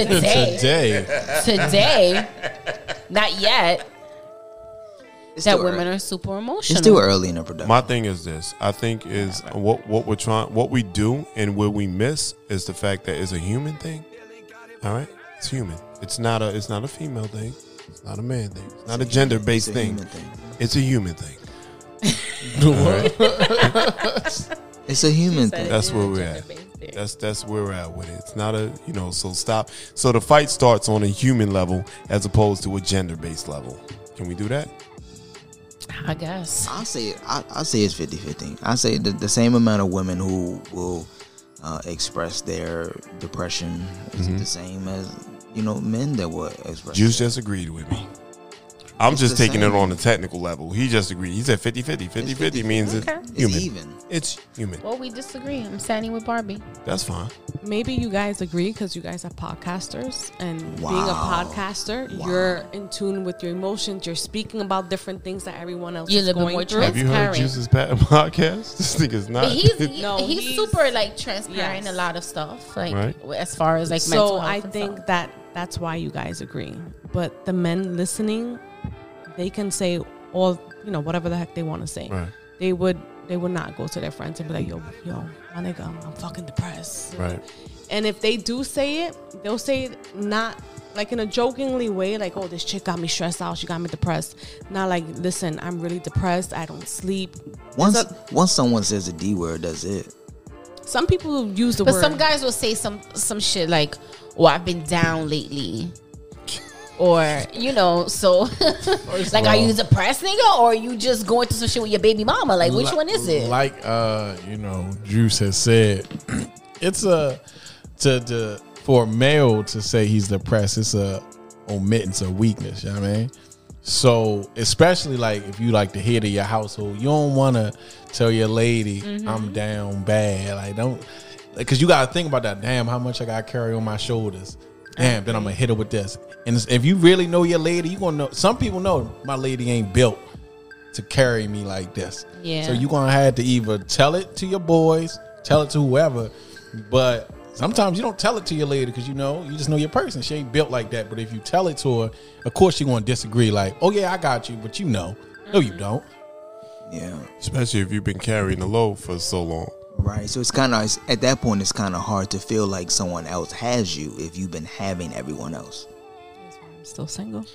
D: Today,
C: today, not yet.
E: It's
C: That
E: too
C: women
E: early.
C: are super emotional.
E: It's too early in the production.
G: My thing is this. I think is what what we're trying, what we do, and what we miss is the fact that it's a human thing. All right, it's human. It's not a it's not a female thing. It's not a man thing. It's not a gender based
E: it's a
G: thing.
E: human thing.
G: It's a human thing.
E: It's a human thing.
G: That's where we're at. That's that's where we're at with it. It's not a you know. So stop. So the fight starts on a human level as opposed to a gender based level. Can we do that?
C: I guess.
E: I say I, I say it's 50-50. I say the, the same amount of women who will uh, express their depression is the same as you know men that will express.
G: Mm-hmm. Juice just agreed with me. I'm
E: It's
G: just
E: the
G: taking
E: same.
G: it on a technical level. He just agreed. He said 50 50. 50 50
E: 50-50.
G: means it's
C: Okay.
E: it's
G: human.
E: even.
G: It's human.
C: Well, we disagree. I'm standing with Barbie.
G: That's fine.
B: Maybe you guys agree because you guys are podcasters, and being a
E: Wow.
B: podcaster, you're in tune with your emotions. You're speaking about different things that everyone else
C: You're a
B: is
C: little bit
B: going
C: more
B: through.
C: trans-
G: Have you heard
C: Karen.
G: Juice's [LAUGHS] pa- podcast? This nigga's not.
C: But
G: [LAUGHS]
C: he's he-
B: [LAUGHS] No,
C: he's,
B: he's-
C: super like transparent in
B: yes.
C: a lot of stuff, like
G: Right.
C: as far as like mental
B: so
C: health
B: I
C: and
B: think
C: stuff.
B: that that's why you guys agree. But the men listening, they can say all you know whatever the heck they want to say.
G: Right.
B: They would they would not go to their friends and be like, yo, yo, my nigga, I'm, I'm fucking depressed.
G: right.
B: And if they do say it, they'll say it not like in a jokingly way, like, oh, this chick got me stressed out. She got me depressed. Not like, listen, I'm really depressed. I don't sleep.
E: Once
B: So-
E: once someone says a d word, that's it.
B: some people use the
C: But
B: word.
C: some
B: [LAUGHS]
C: guys will say some some shit like, "Oh, I've been down lately," or you know, so [LAUGHS] like, are you depressed, nigga, or are you just going through some shit with your baby mama? Like, which
D: Li-
C: one is it?
D: Like uh, you know, Juice has said, [CLEARS THROAT] it's a to to for a male to say he's depressed, it's a omittance of weakness, you know what I mean? So especially like if you like the head of your household, you don't wanna tell your lady
C: Mm-hmm.
D: I'm down bad. Like don't because you gotta think about that. Damn, how much I gotta carry on my shoulders. Damn, then I'm gonna hit her with this. And it's- if you really know your lady, you gonna know. Some people know my lady ain't built to carry me like this.
C: Yeah.
D: So you gonna have to either tell it to your boys, tell it to whoever, but sometimes you don't tell it to your lady because you know you just know your person. She ain't built like that. But if you tell it to her, of course she gonna disagree. Like, oh yeah, I got you, but you know, no, you don't.
E: Yeah.
G: Especially if you've been carrying the load for so long.
E: Right. So it's kind of at that point it's kind of hard to feel like someone else has you if you've been having everyone else.
B: I'm still single.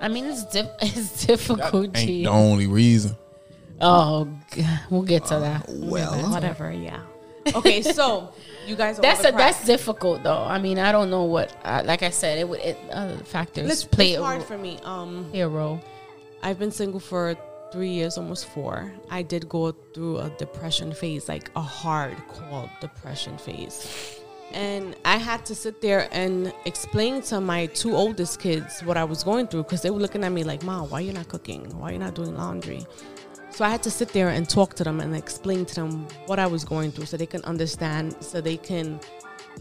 C: I mean, it's diff- [LAUGHS] it's difficult.
D: Ain't
C: G.
D: the only reason.
C: Oh, God. we'll get
D: Uh,
C: to that.
E: Well,
B: Whatever, yeah. Okay, so you guys are
C: That's
B: all
C: a,
B: depressed.
C: that's difficult though. I mean, I don't know what. I, like I said, it would it, uh, factors
B: It's,
C: play
B: it's
C: a
B: hard
C: ro-
B: for me. Um,
C: play a role.
B: I've been single for three years, almost four. I did go through a depression phase, like a hardcore depression phase. And I had to sit there and explain to my two oldest kids what I was going through because they were looking at me like, Mom, why you not cooking? Why you not doing laundry? So I had to sit there and talk to them and explain to them what I was going through so they can understand, so they can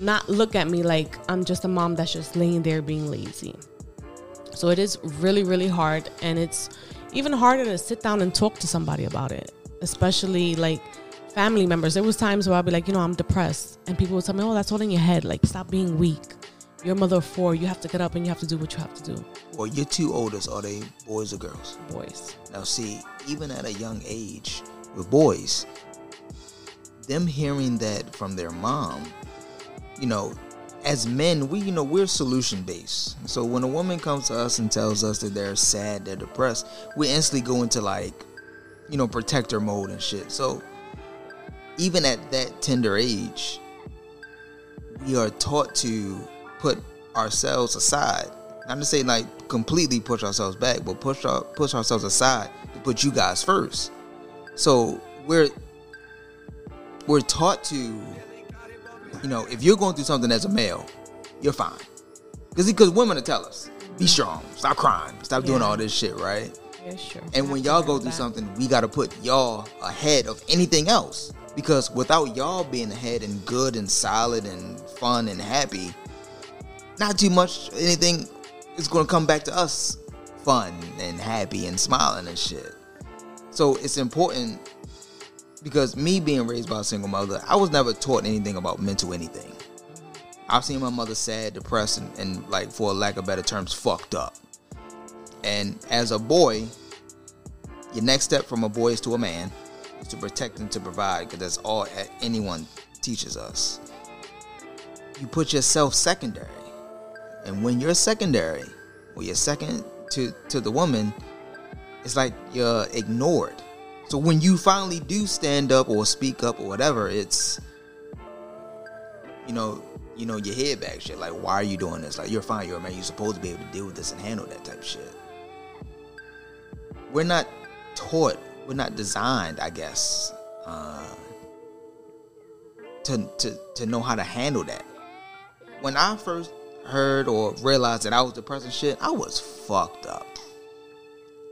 B: not look at me like I'm just a mom that's just laying there being lazy. So it is really, really hard. And it's even harder to sit down and talk to somebody about it, especially like family members. There was times where I'd be like, you know, I'm depressed. And people would tell me, oh, that's all in your head. Like, stop being weak. You're a mother of four. You have to get up and you have to do what you have to do.
E: well, your two oldest are "Oh, they boys or girls?
B: Boys.
E: Now, see, even at a young age with boys, them hearing that from their mom, you know, as men, we, you know, we're solution based. So when a woman comes to us and tells us that they're sad, they're depressed, we instantly go into like, you know, protector mode and shit. So even at that tender age, we are taught to put ourselves aside Not to say like completely push ourselves back, but push our, push ourselves aside to put you guys first. So we're we're taught to, you know, if you're going through something as a male, you're fine, because because women will tell us, be strong, stop crying, stop doing
B: Yeah.
E: all this shit, right?
B: Yeah, sure.
E: And when y'all go through something, we gotta put y'all ahead of anything else. Because without y'all being ahead and good and solid and fun and happy, not too much anything is gonna come back to us fun and happy and smiling and shit. So it's important because me being raised by a single mother, I was never taught anything about mental anything. I've seen my mother sad, depressed, and, and like for lack of better terms, fucked up. And as a boy, your next step from a boy is to a man is to protect and to provide because that's all a- anyone teaches us. You put yourself secondary. And when you're secondary, or you're second to, to the woman, it's like you're ignored. So when you finally do stand up or speak up or whatever, it's you know, you know, your head back shit. Like, why are you doing this? Like you're fine, you're a man, you're supposed to be able to deal with this and handle that type of shit we're not taught, we're not designed, I guess, uh, to, to to know how to handle that. When I first heard or realized that I was depressed and shit, I was fucked up.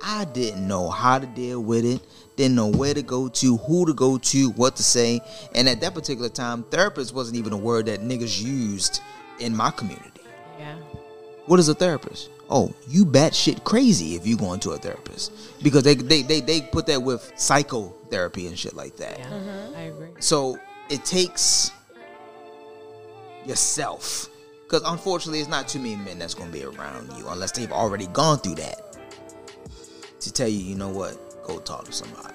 E: I didn't know how to deal with it, didn't know where to go to, who to go to, what to say. And at that particular time, therapist wasn't even a word that niggas used in my community.
B: Yeah.
E: What is a therapist? Oh, you batshit crazy if you going to a therapist because they they they, they put that with psychotherapy and shit like that.
B: Yeah. I agree.
E: So it takes yourself because unfortunately, it's not too many men that's going to be around you unless they've already gone through that to tell you, you know what, go talk to somebody,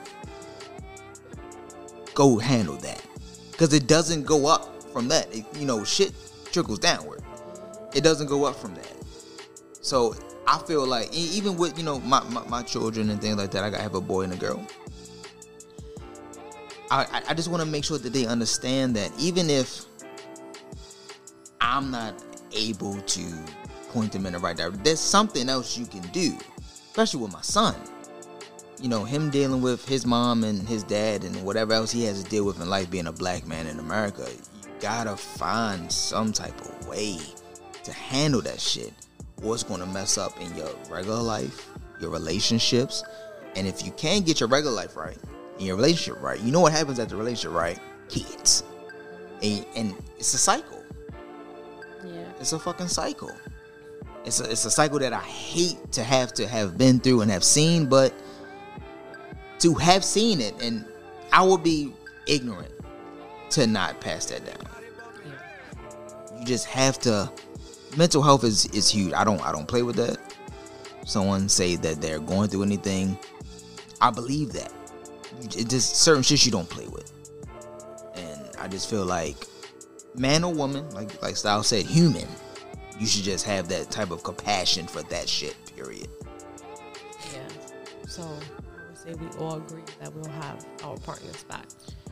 E: go handle that because it doesn't go up from that. It- you know, shit trickles downward. It doesn't go up from that. So I feel like e- even with you know my, my, my children and things like that, I got- I have a boy and a girl. I, I- I just want to make sure that they understand that even if I'm not able to point them in the right direction, there's something else you can do, especially with my son. You know, him dealing with his mom and his dad and whatever else he has to deal with in life being a black man in America, you gotta find some type of way to handle that shit or it's gonna mess up in your regular life, your relationships. And if you can get your regular life right and your relationship right, you know what happens at the relationship right? Kids. And, and it's a cycle.
C: Yeah.
E: It's a fucking cycle. It's a, it's a cycle that I hate to have to have been through and have seen, but to have seen it, and I would be ignorant to not pass that down. You just have to. Mental health is is huge. I don't I don't play with that. Someone say that they're going through anything. I believe that. You- It just certain shit you don't play with, and I just feel like man or woman, like like Style said, human. You should just have that type of compassion for that shit. Period.
B: Yeah. So I would say we all agree that we'll have our partner's back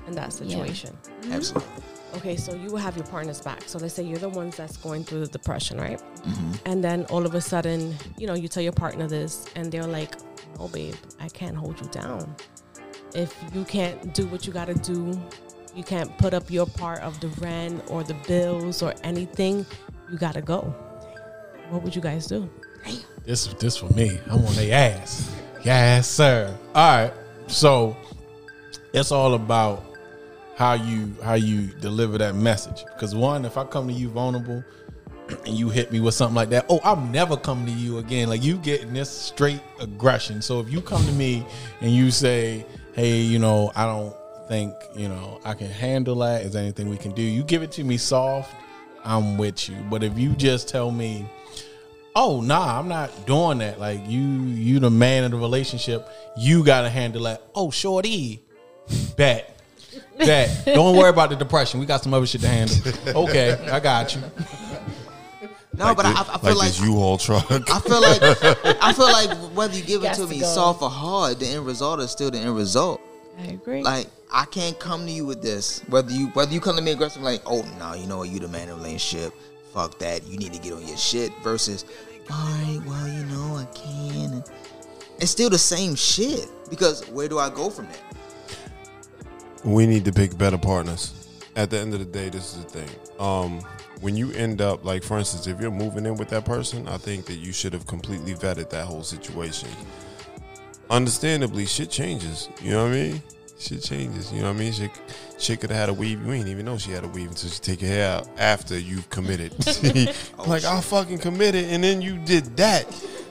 B: in that situation.
E: Absolutely.
B: Okay, so you will have your partner's back. So let's say you're the ones that's going through the depression, right?
E: Mm-hmm.
B: And then all of a sudden, you know, you tell your partner this, and they're like, "No, babe, I can't hold you down. If you can't do what you got to do, you can't put up your part of the rent or the bills or anything. You got to go." What would you guys do?
D: This this for me. I'm on their ass. Yes, sir. All right. So it's all about how you how you deliver that message. Because one, if I come to you vulnerable [CLEARS THROAT] and you hit me with something like that, oh, I'm never coming to you again. Like you getting this straight aggression. So if you come to me and you say, hey, you know, I don't think you know I can handle that. Is there anything we can do? You give it to me soft. I'm with you. But if you just tell me oh nah i'm not doing that like you you the man of the relationship you gotta handle that oh shorty bet bet don't worry about the depression we got some other shit to handle okay i got you
E: No, but I, I feel
G: like,
E: like
G: this U-Haul truck.
E: I feel
G: [LAUGHS]
E: like I feel like whether you give it
C: Got
E: to
C: to
E: me
C: go.
E: soft or hard, the end result is still the end result.
B: I agree.
E: Like I can't come to you with this. Whether you whether you come to me aggressive, like oh no, you know what, you the man in the relationship. Fuck that. You need to get on your shit. Versus, all right, well, you know, I can. And it's still the same shit because where do I go from there?
G: We need to pick better partners. At the end of the day, this is the thing. Um, when you end up, like for instance, if you're moving in with that person, I think that you should have completely vetted that whole situation. Understandably, shit changes. You know what I mean? Shit changes. You know what I mean? Shit, shit could have had a weave. You ain't even know she had a weave until she take her hair out after you've committed. [LAUGHS] like I fucking committed, and then you did that.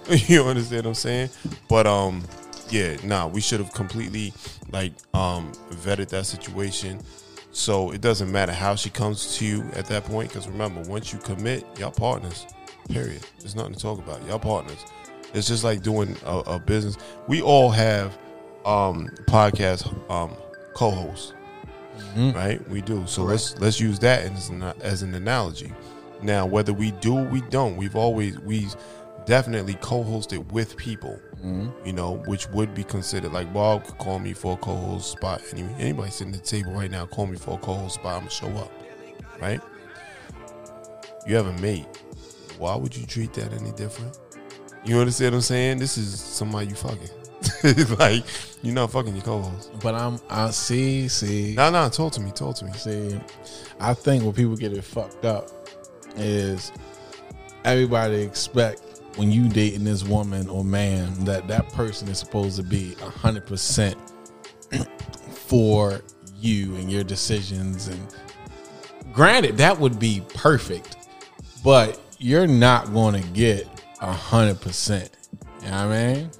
G: [LAUGHS] you understand what I'm saying? But um, yeah, nah, we should have completely like um vetted that situation. So it doesn't matter how she comes to you at that point, because remember, once you commit, y'all partners. Period. There's nothing to talk about. Y'all partners. It's just like doing a, a business. We all have um podcast um co-hosts, right? We do. So let's let's use that as an, as an analogy. Now, whether we do or we don't, we've always we've definitely co-hosted with people, you know, which would be considered like Bob could call me for a co-host spot. Any, anybody sitting at the table right now, call me for a co-host spot. I'm gonna show up, right? You have a mate. Why would you treat that any different? You understand what I'm saying? This is somebody you fucking. [LAUGHS] like you're not fucking your co-host.
D: But I'm I see see
G: No, no, talk to me, talk to me.
D: see. I think where people get it fucked up is everybody expect when you dating this woman or man that that person is supposed to be hundred percent for you and your decisions and granted that would be perfect but you're not going to get a hundred percent you know what i mean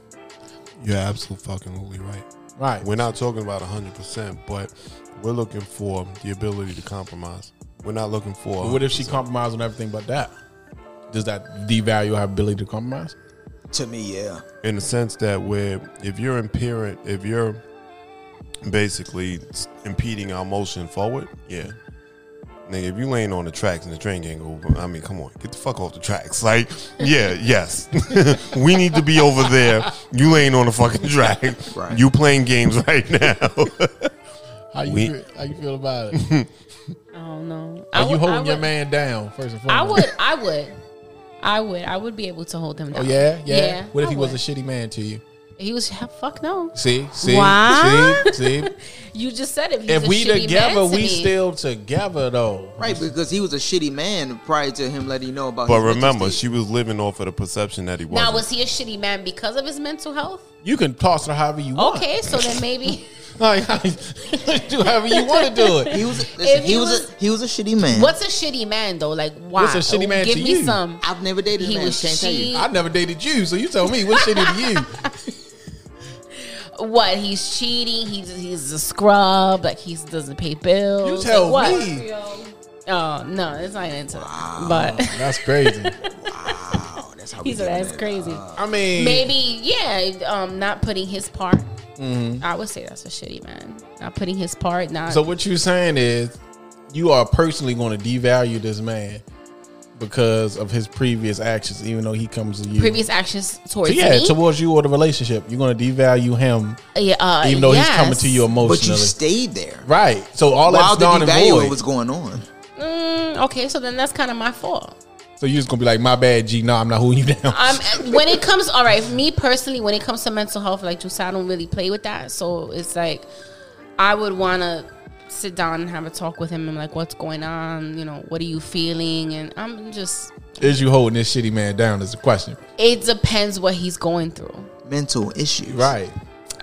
G: You're absolutely fucking literally right.
D: right
G: We're not talking about 100%, but we're looking for the ability to compromise. We're not looking for.
D: But what if she compromised on everything but that? Does that devalue her ability to compromise?
E: To me, yeah.
G: in the sense that where if you're impairing, if you're basically s- impeding our motion forward, yeah. Nigga, if you ain't on the tracks and the train ain't over, I mean, come on, get the fuck off the tracks. [LAUGHS] Like, yeah, yes, [LAUGHS] we need to be over there. You ain't on the fucking [LAUGHS] track.
E: Right.
G: You playing games [LAUGHS] right now.
D: How you
G: We-
D: feel, how you feel about it?
C: I don't know. [LAUGHS] I
D: Are you
C: would-
D: holding
C: I
D: your
C: would-
D: man down first and foremost?
C: I would. I would. I would. I would be able to hold him
D: Oh
C: down.
D: yeah, yeah. what if
C: I
D: he was a
C: would.
D: shitty man to you?
C: he was. Fuck no.
D: See, see,
B: Wow.
D: see,
C: [LAUGHS]
D: see.
C: You just said it. He's
D: if
C: a
D: we
C: shitty man
D: together,
C: to
D: we
C: me.
D: still together though.
E: Right, because he was a shitty man prior to him letting you know about.
G: but
E: his mental
G: remember, she
E: state.
G: was living off of the perception that he was.
C: Now was he a shitty man because of his mental health?
D: You can toss it however you want.
C: Okay, so then [LAUGHS] maybe.
D: like, [LAUGHS] do however you want to do it.
C: [LAUGHS]
E: He was. Listen,
C: if
E: he
C: he
E: was.
C: was-
E: a, he was a shitty man.
C: What's a shitty man though? Like why?
D: What's a shitty man
C: Give
D: to
C: me
D: you?
C: some.
E: I've never dated a
C: He
E: man.
C: was
E: Can't tell you.
C: she.
D: I never dated you, so you tell me what's shitty to you.
C: What he's cheating. He's he's a scrub. Like he doesn't pay bills.
D: You tell
C: like, what?
D: me.
C: Oh no, it's not into that. But
D: That's crazy.
E: Wow, that's how we
C: [LAUGHS] he's like,
E: doing
C: that's
E: it.
C: crazy.
D: I mean,
C: Maybe yeah. Um, not putting his part. I would say that's a shitty man. Not putting his part. Not
D: Mm-hmm. So what you're saying is you are personally going to devalue this man because of his previous actions, even though he comes to you.
C: previous actions
D: So
C: towards
D: yeah,
C: me.
D: towards you or the relationship, you're going to devalue him,
C: yeah, uh,
D: even though he's
C: yes.
D: coming to you
E: But you
D: emotionally.
E: stayed there.
D: right. So all
E: While
D: that's
E: the
D: gone and
E: devalue
D: void.
E: what was going on.
C: Mm, okay, so then that's kind of my fault.
D: so you're just going to be like, my bad, G. No, I'm not holding you down.
C: Um, when it comes, all right, me personally, when it comes to mental health, like Juice, I don't really play with that. So it's like, I would want to sit down and have a talk with him and like, what's going on? You know, what are you feeling? And I'm just,
D: [LAUGHS] is you holding this shitty man down is the question.
C: it depends what he's going through.
E: Mental issues.
D: Right.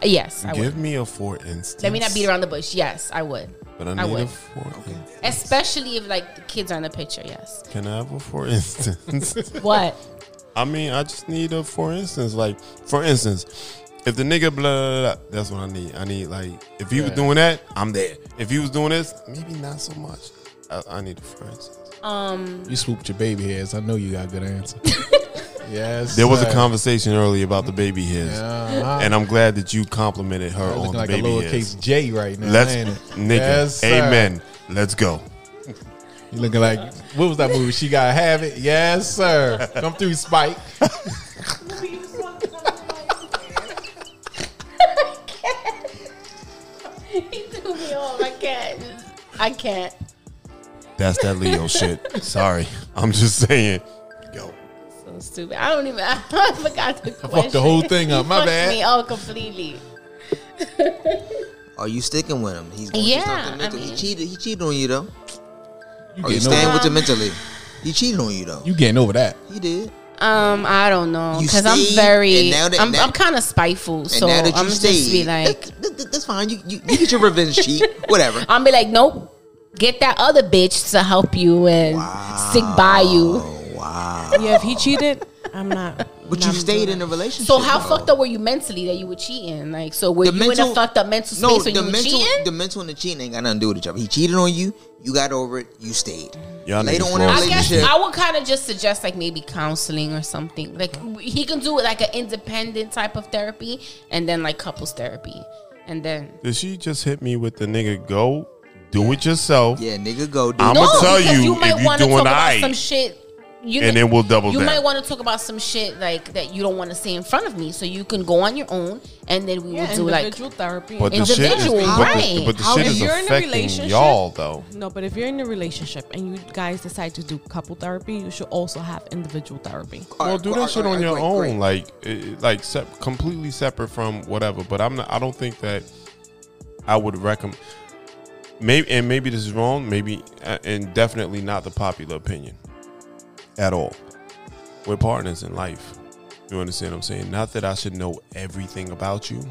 C: Yes, I would.
G: Give me a for instance.
C: Let me not beat around the bush. Yes, I would.
G: But I
C: I
G: need a
C: would.
G: for instance.
C: Especially if like the kids are in the picture. Yes.
G: Can I have a for instance?
C: [LAUGHS] What?
G: I mean, I just need a for instance. Like, for instance, if the nigga blah, blah, blah that's what I need. I need like, if he was
D: Yeah.
G: doing that, I'm there. If he was doing this, maybe not so much. I, I need a for instance.
C: Um.
D: You swooped your baby hairs. I know you got a good
C: [LAUGHS]
D: answer. yes.
G: There was a
D: sir.
G: conversation earlier about the baby hairs,
D: Uh-huh.
G: and I'm glad that you complimented her
D: Looking
G: on the
D: like a
G: baby hairs.
D: lowercase J right now.
G: Let's,
D: ain't it?
G: nigga,
D: Yes, sir.
G: amen. Let's go.
D: You looking like what was that movie? She gotta have it. Yes, sir. Come through, Spike.
C: He threw me off. I can't. I can't.
D: [LAUGHS]
G: That's that Leo shit. Sorry, I'm just saying. Go.
C: So so stupid. I don't even. [LAUGHS] I forgot the question. [LAUGHS]
D: the whole thing up.
C: You
D: My
C: fucked
D: bad.
C: Me all completely.
E: Are you sticking with him? He's going yeah,
C: Yeah, I
E: mentally. he
C: mean-
E: cheated. He cheated on you though.
D: You
E: Are you
D: getting,
E: staying
D: over,
E: with him mentally? He cheated on you though.
D: you getting over that?
E: he did.
C: Um, I don't know
E: You
C: because I'm
E: stayed, and
C: very.
E: now that-
C: I'm,
E: now-
C: I'm kind of spiteful,
E: And
C: so
E: now that
C: I'm
E: you
C: just
E: stayed,
C: be like,
E: that- that- that- that's fine. You, you you get your
C: [LAUGHS]
E: revenge cheat. Whatever.
C: I'm be like, nope. Get that other bitch to help you and stick by you.
E: Oh wow.
B: Yeah, if he cheated, I'm not.
E: [LAUGHS] But you stayed in a relationship.
C: So how
E: though.
C: fucked up were you mentally that you were cheating? Like, so were you in a fucked up mental space when you were
E: mental,
C: cheating?
E: The mental and the cheating ain't got nothing to do with each other. He cheated on you. You got over it. You stayed.
G: Y'all
E: Later
G: niggas
E: on in
G: broke.
E: the
C: I guess
E: relationship.
C: I would kind of just suggest like maybe counseling or something. Like he can do it like an independent type of therapy, and then like couples therapy, and then
G: Did she just hit me with the nigga go do it yourself?
E: Yeah, nigga, go do.
G: I'm
E: it.
G: a- tell
C: because
G: you if you
C: wanna
G: doing aight.
C: about some shit. You
G: And then we'll double
C: You
G: down.
C: might want to talk about some shit like that you don't want to say in front of me, so you can go on your own, and then we will do like
B: individual therapy.
G: But the shit is,
C: Individual,
G: but the,
C: right.
G: but the
B: How-
G: shit
B: if
G: is
B: you're in a
G: affecting
B: relationship-
G: y'all though.
B: no, but if you're in a relationship and you guys decide to do couple therapy, you should also have individual therapy.
G: Well, do that
E: Alright,
G: shit on
E: alright,
G: your
E: great, great.
G: own, like, it, like sep- completely separate from whatever. But I'm not. I don't think that I would recommend. Maybe and maybe this is wrong. Maybe uh, and definitely not the popular opinion at all. We're partners in life. You understand what I'm saying? Not that I should know everything about you,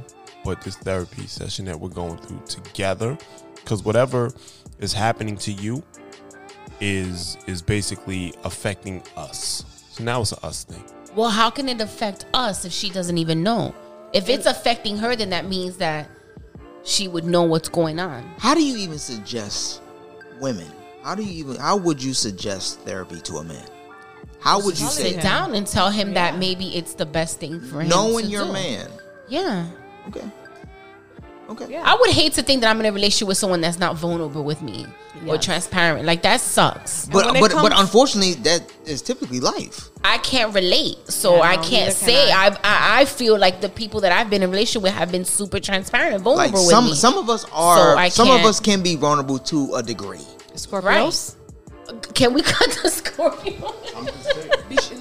G: but this therapy session that we're going through together, because whatever is happening to you is is basically affecting us. So now it's a us thing.
C: Well, how can it affect us if she doesn't even know? If it's affecting her, then that means that she would know what's going on.
E: How do you even suggest women? How do you even? How would you suggest therapy to a man? How would you
C: Sit
E: say?
C: down and tell him that maybe it's the best thing for him.
E: Knowing
C: to
E: your
C: do.
E: man.
C: Yeah.
E: Okay. Okay.
B: Yeah.
C: I would hate to think that I'm in a relationship with someone that's not vulnerable with me or
B: Yes.
C: transparent. Like that sucks.
E: But
B: when it
E: but but
B: comes-
E: unfortunately, that is typically life.
C: I can't relate, so
B: Yeah, no,
C: I can't
B: neither can
C: say.
B: I.
C: I. I I feel like the people that I've been in a relationship with have been super transparent and vulnerable
E: Like
C: with
E: some
C: me.
E: some of us are.
C: I
E: some of
C: can't-
E: us can be vulnerable to a degree.
B: Scorpios?
C: Can we cut the Scorpio?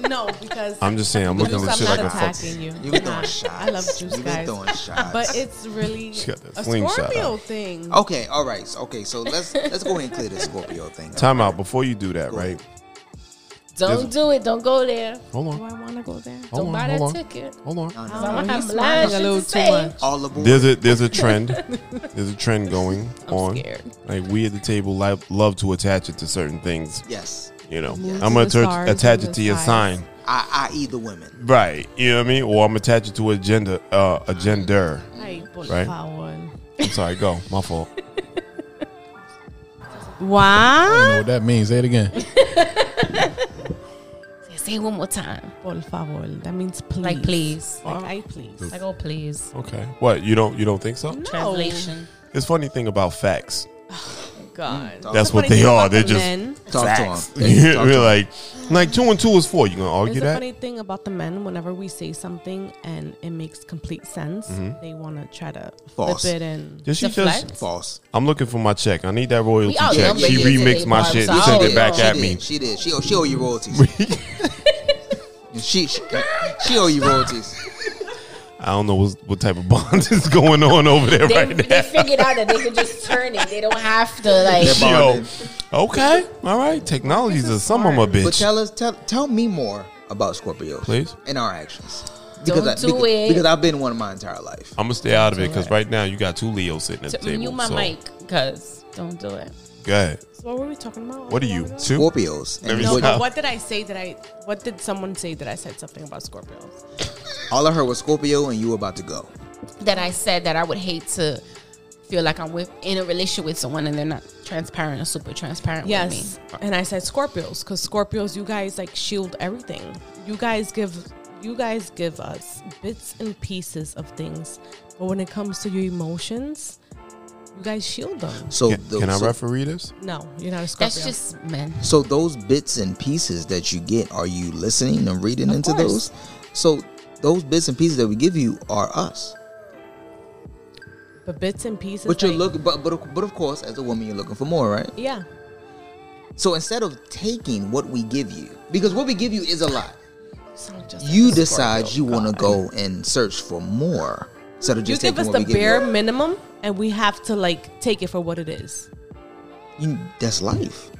B: no, because
G: [LAUGHS] I'm just saying, I'm
B: Juice,
G: looking at
B: I'm
G: shit
B: not
G: like a fuck.
B: attacking you.
E: You
B: I'm
E: been throwing
B: not.
E: shots.
B: I love juice
E: You been
B: guys,
E: throwing shots.
B: [LAUGHS]
E: Oh.
B: but it's really
G: She got that
B: a
G: slingshot
B: Scorpio
G: out.
B: thing.
E: Okay, all right. so- Okay, so let's let's go ahead and clear this Scorpio thing. up.
G: Time out before you do that,
E: Go
G: right?
C: [LAUGHS] Don't do it. Don't go there.
G: Hold
B: Do
G: on,
B: I want to go there?
G: hold
C: Don't
G: on,
C: buy
G: hold
C: that
G: on,
C: ticket.
G: hold on.
B: Uh-huh.
E: No, no,
C: I
E: no.
B: he's
C: don't have a lot
B: smiling
C: of
B: a
C: shit
B: little
C: to
B: too
C: say.
B: much.
E: All aboard.
G: There's a
B: [LAUGHS]
G: there's a trend. There's a trend going on.
B: scared.
G: Like we at the table li- love to attach it to certain things.
E: yes,
G: You know,
B: Moon
G: I'm
B: to
G: gonna
B: the
G: attach,
B: stars,
G: attach
B: moon
G: it
B: to
G: to your
B: the stars.
G: sign,
E: I I eat the women.
G: right? You know what I mean? Or I'm attach it to a gender, uh, a gender.
B: Ay, por
G: Right.
B: favor.
G: I'm sorry, go. My fault.
D: I
B: Why?
D: don't know what that means. Say it again.
C: Say it one more time.
B: Por favor. That means please.
C: Like please.
B: Like I please.
C: Like oh please.
G: Okay. What you don't you don't
B: [LAUGHS]
G: think so?
C: Translation.
G: It's funny thing about facts.
B: God.
G: That's what they are. They're just
E: Talk
G: facts.
E: to him. Talk to
G: We're
E: him.
G: like, like two and two is four. You gonna
B: It's
G: argue
B: a
G: that?
B: funny thing about the men. Whenever we say something and it makes complete sense,
G: Mm-hmm.
B: they want to try to
E: False.
B: flip it and
G: Did she
C: Deflect?
G: just?
E: False.
G: I'm looking for my check. I need that royalty
C: We outnumbered
G: check. She
E: you
G: remixed
C: today,
G: my
C: Barb,
G: shit
C: so
G: and
C: I
G: sent
C: don't
G: it back
E: she
G: at
E: did.
G: me.
E: She did. She owe, she owe you
G: [LAUGHS]
E: royalties. she, she she owe you royalties.
G: I don't know what, what type of bond [LAUGHS] is going on over there
C: They,
G: [LAUGHS] right
C: they
G: now.
C: figured out that they could just turn it. They don't have to like.
E: They're
G: Yo,
E: bonded.
G: okay, all right. Technologies are some of my
E: But
G: bitch.
E: tell us, tell tell me more about Scorpios,
G: Please.
E: and our actions.
C: Don't do
E: because,
C: it.
E: because I've been one my entire life.
G: I'm gonna stay out of it because right now you got two Leos sitting at the
C: to
G: table.
C: mute my
G: so-
C: mic because don't do it.
G: Go ahead.
B: So what were we talking about?
G: What are you? Two?
E: Scorpios.
G: Let
E: And
G: me
B: No,
E: what-
G: stop.
B: but what did I say that I? What did someone say that I said something about Scorpios?
E: all I heard was Scorpio, and you were about to go.
C: That I said that I would hate to feel like I'm with in a relationship with someone and they're not transparent or super transparent
B: Yes, and I said Scorpios because Scorpios, you guys like shield everything. You guys give, you guys give us bits and pieces of things, but when it comes to your emotions, you guys shield them.
E: So
G: Can,
E: the-
G: can I
E: so-
G: referee this?
B: No, you're not a Scorpio.
C: with me. That's just men.
E: So those bits and pieces that you get, are you listening and reading into
B: course.
E: those? So those bits and pieces that we give you are us.
B: but bits and pieces.
E: But you're
B: like-
E: looking, but, but but of course, as a woman, you're looking for more, right?
B: Yeah,
E: So instead of taking what we give you, because what we give you is a lot.
C: sound just like
E: You
C: a
E: decide
C: Scorpio.
E: you want to
C: God.
E: go and search for more instead of
B: You
E: just
B: give us
E: taking
B: the
E: what we give you.
B: bare minimum, and we have to like take it for what it is.
E: you, that's life.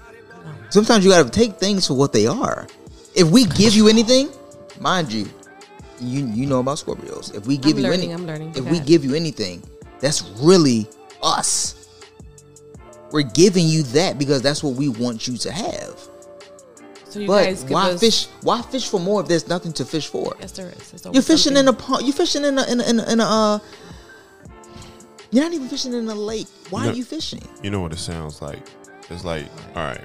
E: Sometimes you gotta take things for what they are. If we give you anything, mind you, you you know about Scorpios. If we give you
B: learning,
E: anything,
B: I'm learning.
E: If
B: Go
E: we
B: ahead.
E: give you anything, that's really us. We're giving you that because that's what we want you to have.
B: So you
E: but
B: guys give
E: why
B: us,
E: fish? Why fish for more if there's nothing to fish for?
B: Yes, there is. There's
E: You're
B: always
E: fishing
B: something.
E: in a pond. You're fishing in a in a, in a, in a uh, You're not even fishing in a lake. Why
G: No.
E: are you fishing?
G: You know what it sounds like? It's like, all right.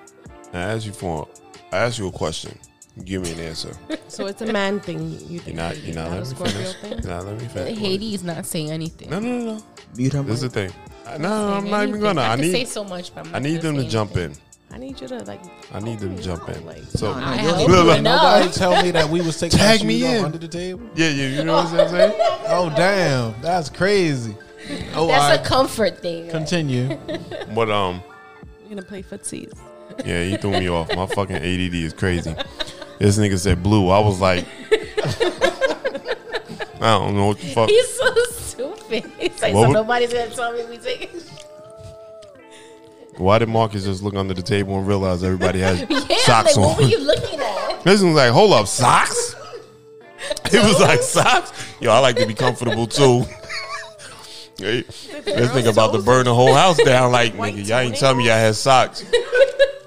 G: Now, I ask you for, I ask you a question. You give me an answer.
B: So it's a man thing. You
G: You're
B: think
G: not, you're
B: Not
G: not
B: a
G: letting me
B: Scorpio
G: finish.
B: thing?
G: You're not letting me finish.
C: Hades not saying anything.
G: No, no, no, no.
E: Mute her
G: This is the
E: mic.
G: thing. I, no, no, I'm
C: Saying
G: not even
C: anything.
G: gonna. I
C: can say
G: need,
C: so much, but I'm
G: I
C: not
G: need
C: gonna
G: them
C: say
G: to jump
C: anything.
G: in.
B: I need you to like.
G: I need them
C: Oh,
G: to jump in. So,
E: No, no,
C: I
E: you'll
C: hope
E: get-
G: Look, look.
D: Nobody
C: no.
D: told me that we was taking
G: Tag
D: our
G: me
D: shoes off
G: in.
D: under the table.
G: yeah, yeah, you know what I'm saying?
D: Oh damn, that's crazy. Oh, I
C: That's a comfort thing.
D: continue.
G: But um,
B: You're gonna play footsies.
G: yeah, he threw me off. My fucking ADD is crazy. This nigga said blue. I was like, I don't know what the fuck.
C: [LAUGHS] He's so stupid. [LAUGHS] He's like,
G: What
C: so
G: would-
C: nobody's gonna tell me we [LAUGHS] take.
G: Why did Marcus just look under the table and realize everybody has
C: [LAUGHS] Yeah, like,
G: socks
C: what were
G: on?
C: you looking at?
G: This was like, hold
C: [LAUGHS]
G: up, socks? He was like, socks? Yo, I like to be
C: [LAUGHS]
G: comfortable too. Hey, this nigga about to burn the whole house down. Like, nigga, y'all ain't telling me y'all
C: [LAUGHS]
G: had socks.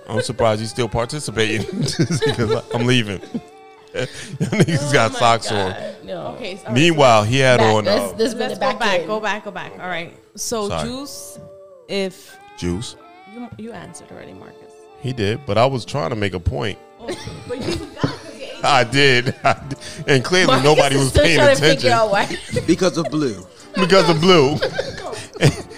G: I'm surprised you still participating. [LAUGHS] This nigga's like, I'm leaving. Y'all niggas
C: Oh
G: got socks on.
C: No. Okay.
B: Okay. So, all right,
G: Meanwhile, he had
C: Back.
G: on
C: Let's,
G: uh,
C: let's bring
B: let's
C: it
B: go
C: back,
B: back.
C: in.
B: Go back. Go back. All right. So
G: Sorry.
B: juice, if
G: juice.
B: you you answered already, Marcus.
G: He did, but I was trying to make a point.
B: Oh, but you [LAUGHS] forgot. 'cause you ate.
G: I did. [LAUGHS] I did. And clearly
C: Marcus
G: nobody
C: is
G: was
C: still
G: paying
C: trying To
G: attention
C: figure out why.
E: [LAUGHS] because of blue.
G: because of blue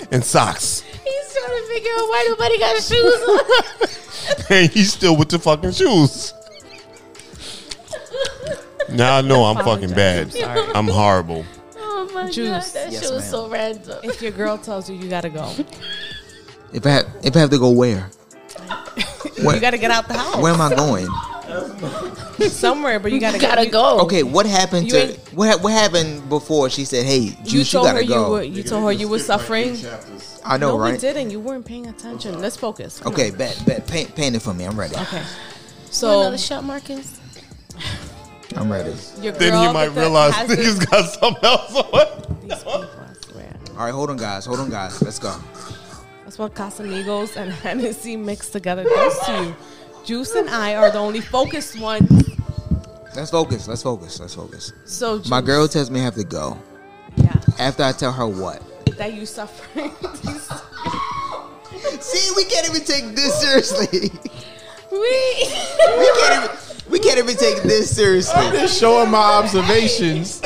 G: [LAUGHS] and socks.
C: He's trying to figure out why nobody got shoes
B: [LAUGHS]
C: on.
G: [LAUGHS] and he's still with the fucking shoes. Now I know I'm fucking bad. I'm horrible.
C: Oh my
B: Juice.
C: god, that
E: Yes,
C: shit was
E: ma'am.
C: so random.
B: If your girl tells you you gotta go,
E: If I have, if I have to go where?
B: [LAUGHS] you
E: Where,
B: gotta get out the house
E: where am I going?
B: somewhere. But you gotta
C: You gotta
B: you-
C: go.
E: Okay, what happened
B: You
E: to
B: ain't-
E: what ha- what happened before she said, "Hey,
B: You
E: Juice, you,
B: told her
E: gotta
B: you
E: go."
B: were you told her you were suffering.
E: I know,
B: No, we
E: right?
B: didn't. You weren't paying attention. Let's focus. Come
E: Okay,
B: on.
E: bet bet paint, paint it for me. I'm ready.
B: Okay.
C: So,
B: So
C: another shot, Marcus.
E: I'm ready.
B: your girl
G: Then he might
B: with the-
G: realize
B: has
G: [LAUGHS]
B: the-
G: niggas got something else on.
B: These people, I swear.
E: All right, hold on, guys. Hold on, guys. Let's go.
B: [LAUGHS] That's what Casamigos and [LAUGHS] Hennessy mixed together does to you. Juice and I are the only focused ones.
E: Let's focus. Let's focus. Let's focus.
B: So Juice,
E: My girl tells me I have to go.
B: yeah,
E: After I tell her what?
B: that you suffering.
E: See, we can't even take this seriously. [LAUGHS]
C: We.
E: we can't even we can't even take this seriously.
D: Just showing my observations.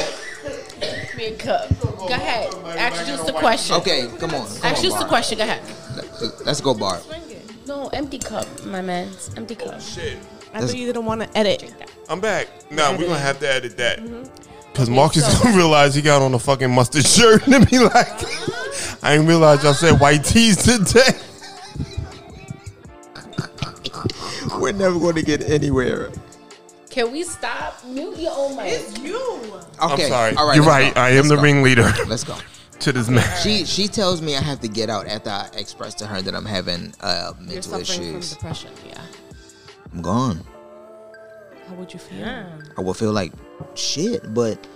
C: me a cup. Go ahead. Ask just the question.
E: Okay, come on. Come
C: Ask
E: on
C: just the
E: Barb.
C: question. Go ahead.
E: Let's- Let's go, Barb.
C: No, empty cup, my man. Empty cup.
B: I thought you didn't want to edit.
G: I'm back. Nah, we're gonna have to edit that.
B: Mm-hmm.
G: Cause Marcus gonna [LAUGHS] realize he got on a fucking mustard shirt and be like, I ain't realize y'all said white tees today.
E: [LAUGHS] We're never going to get anywhere.
C: Can we stop? Mute your own mic.
E: Okay.
G: I'm sorry.
E: All right.
G: You're
E: let's
G: right.
E: go.
G: I am
E: Let's
G: the
E: go.
G: ringleader [LAUGHS]
E: Let's go.
G: to this match.
E: She she tells me I have to get out after I express to her that I'm having uh,
B: You're
E: mental
B: suffering
E: issues.
B: from depression. Yeah.
E: I'm gone.
B: How would you feel?
E: I will feel like shit. But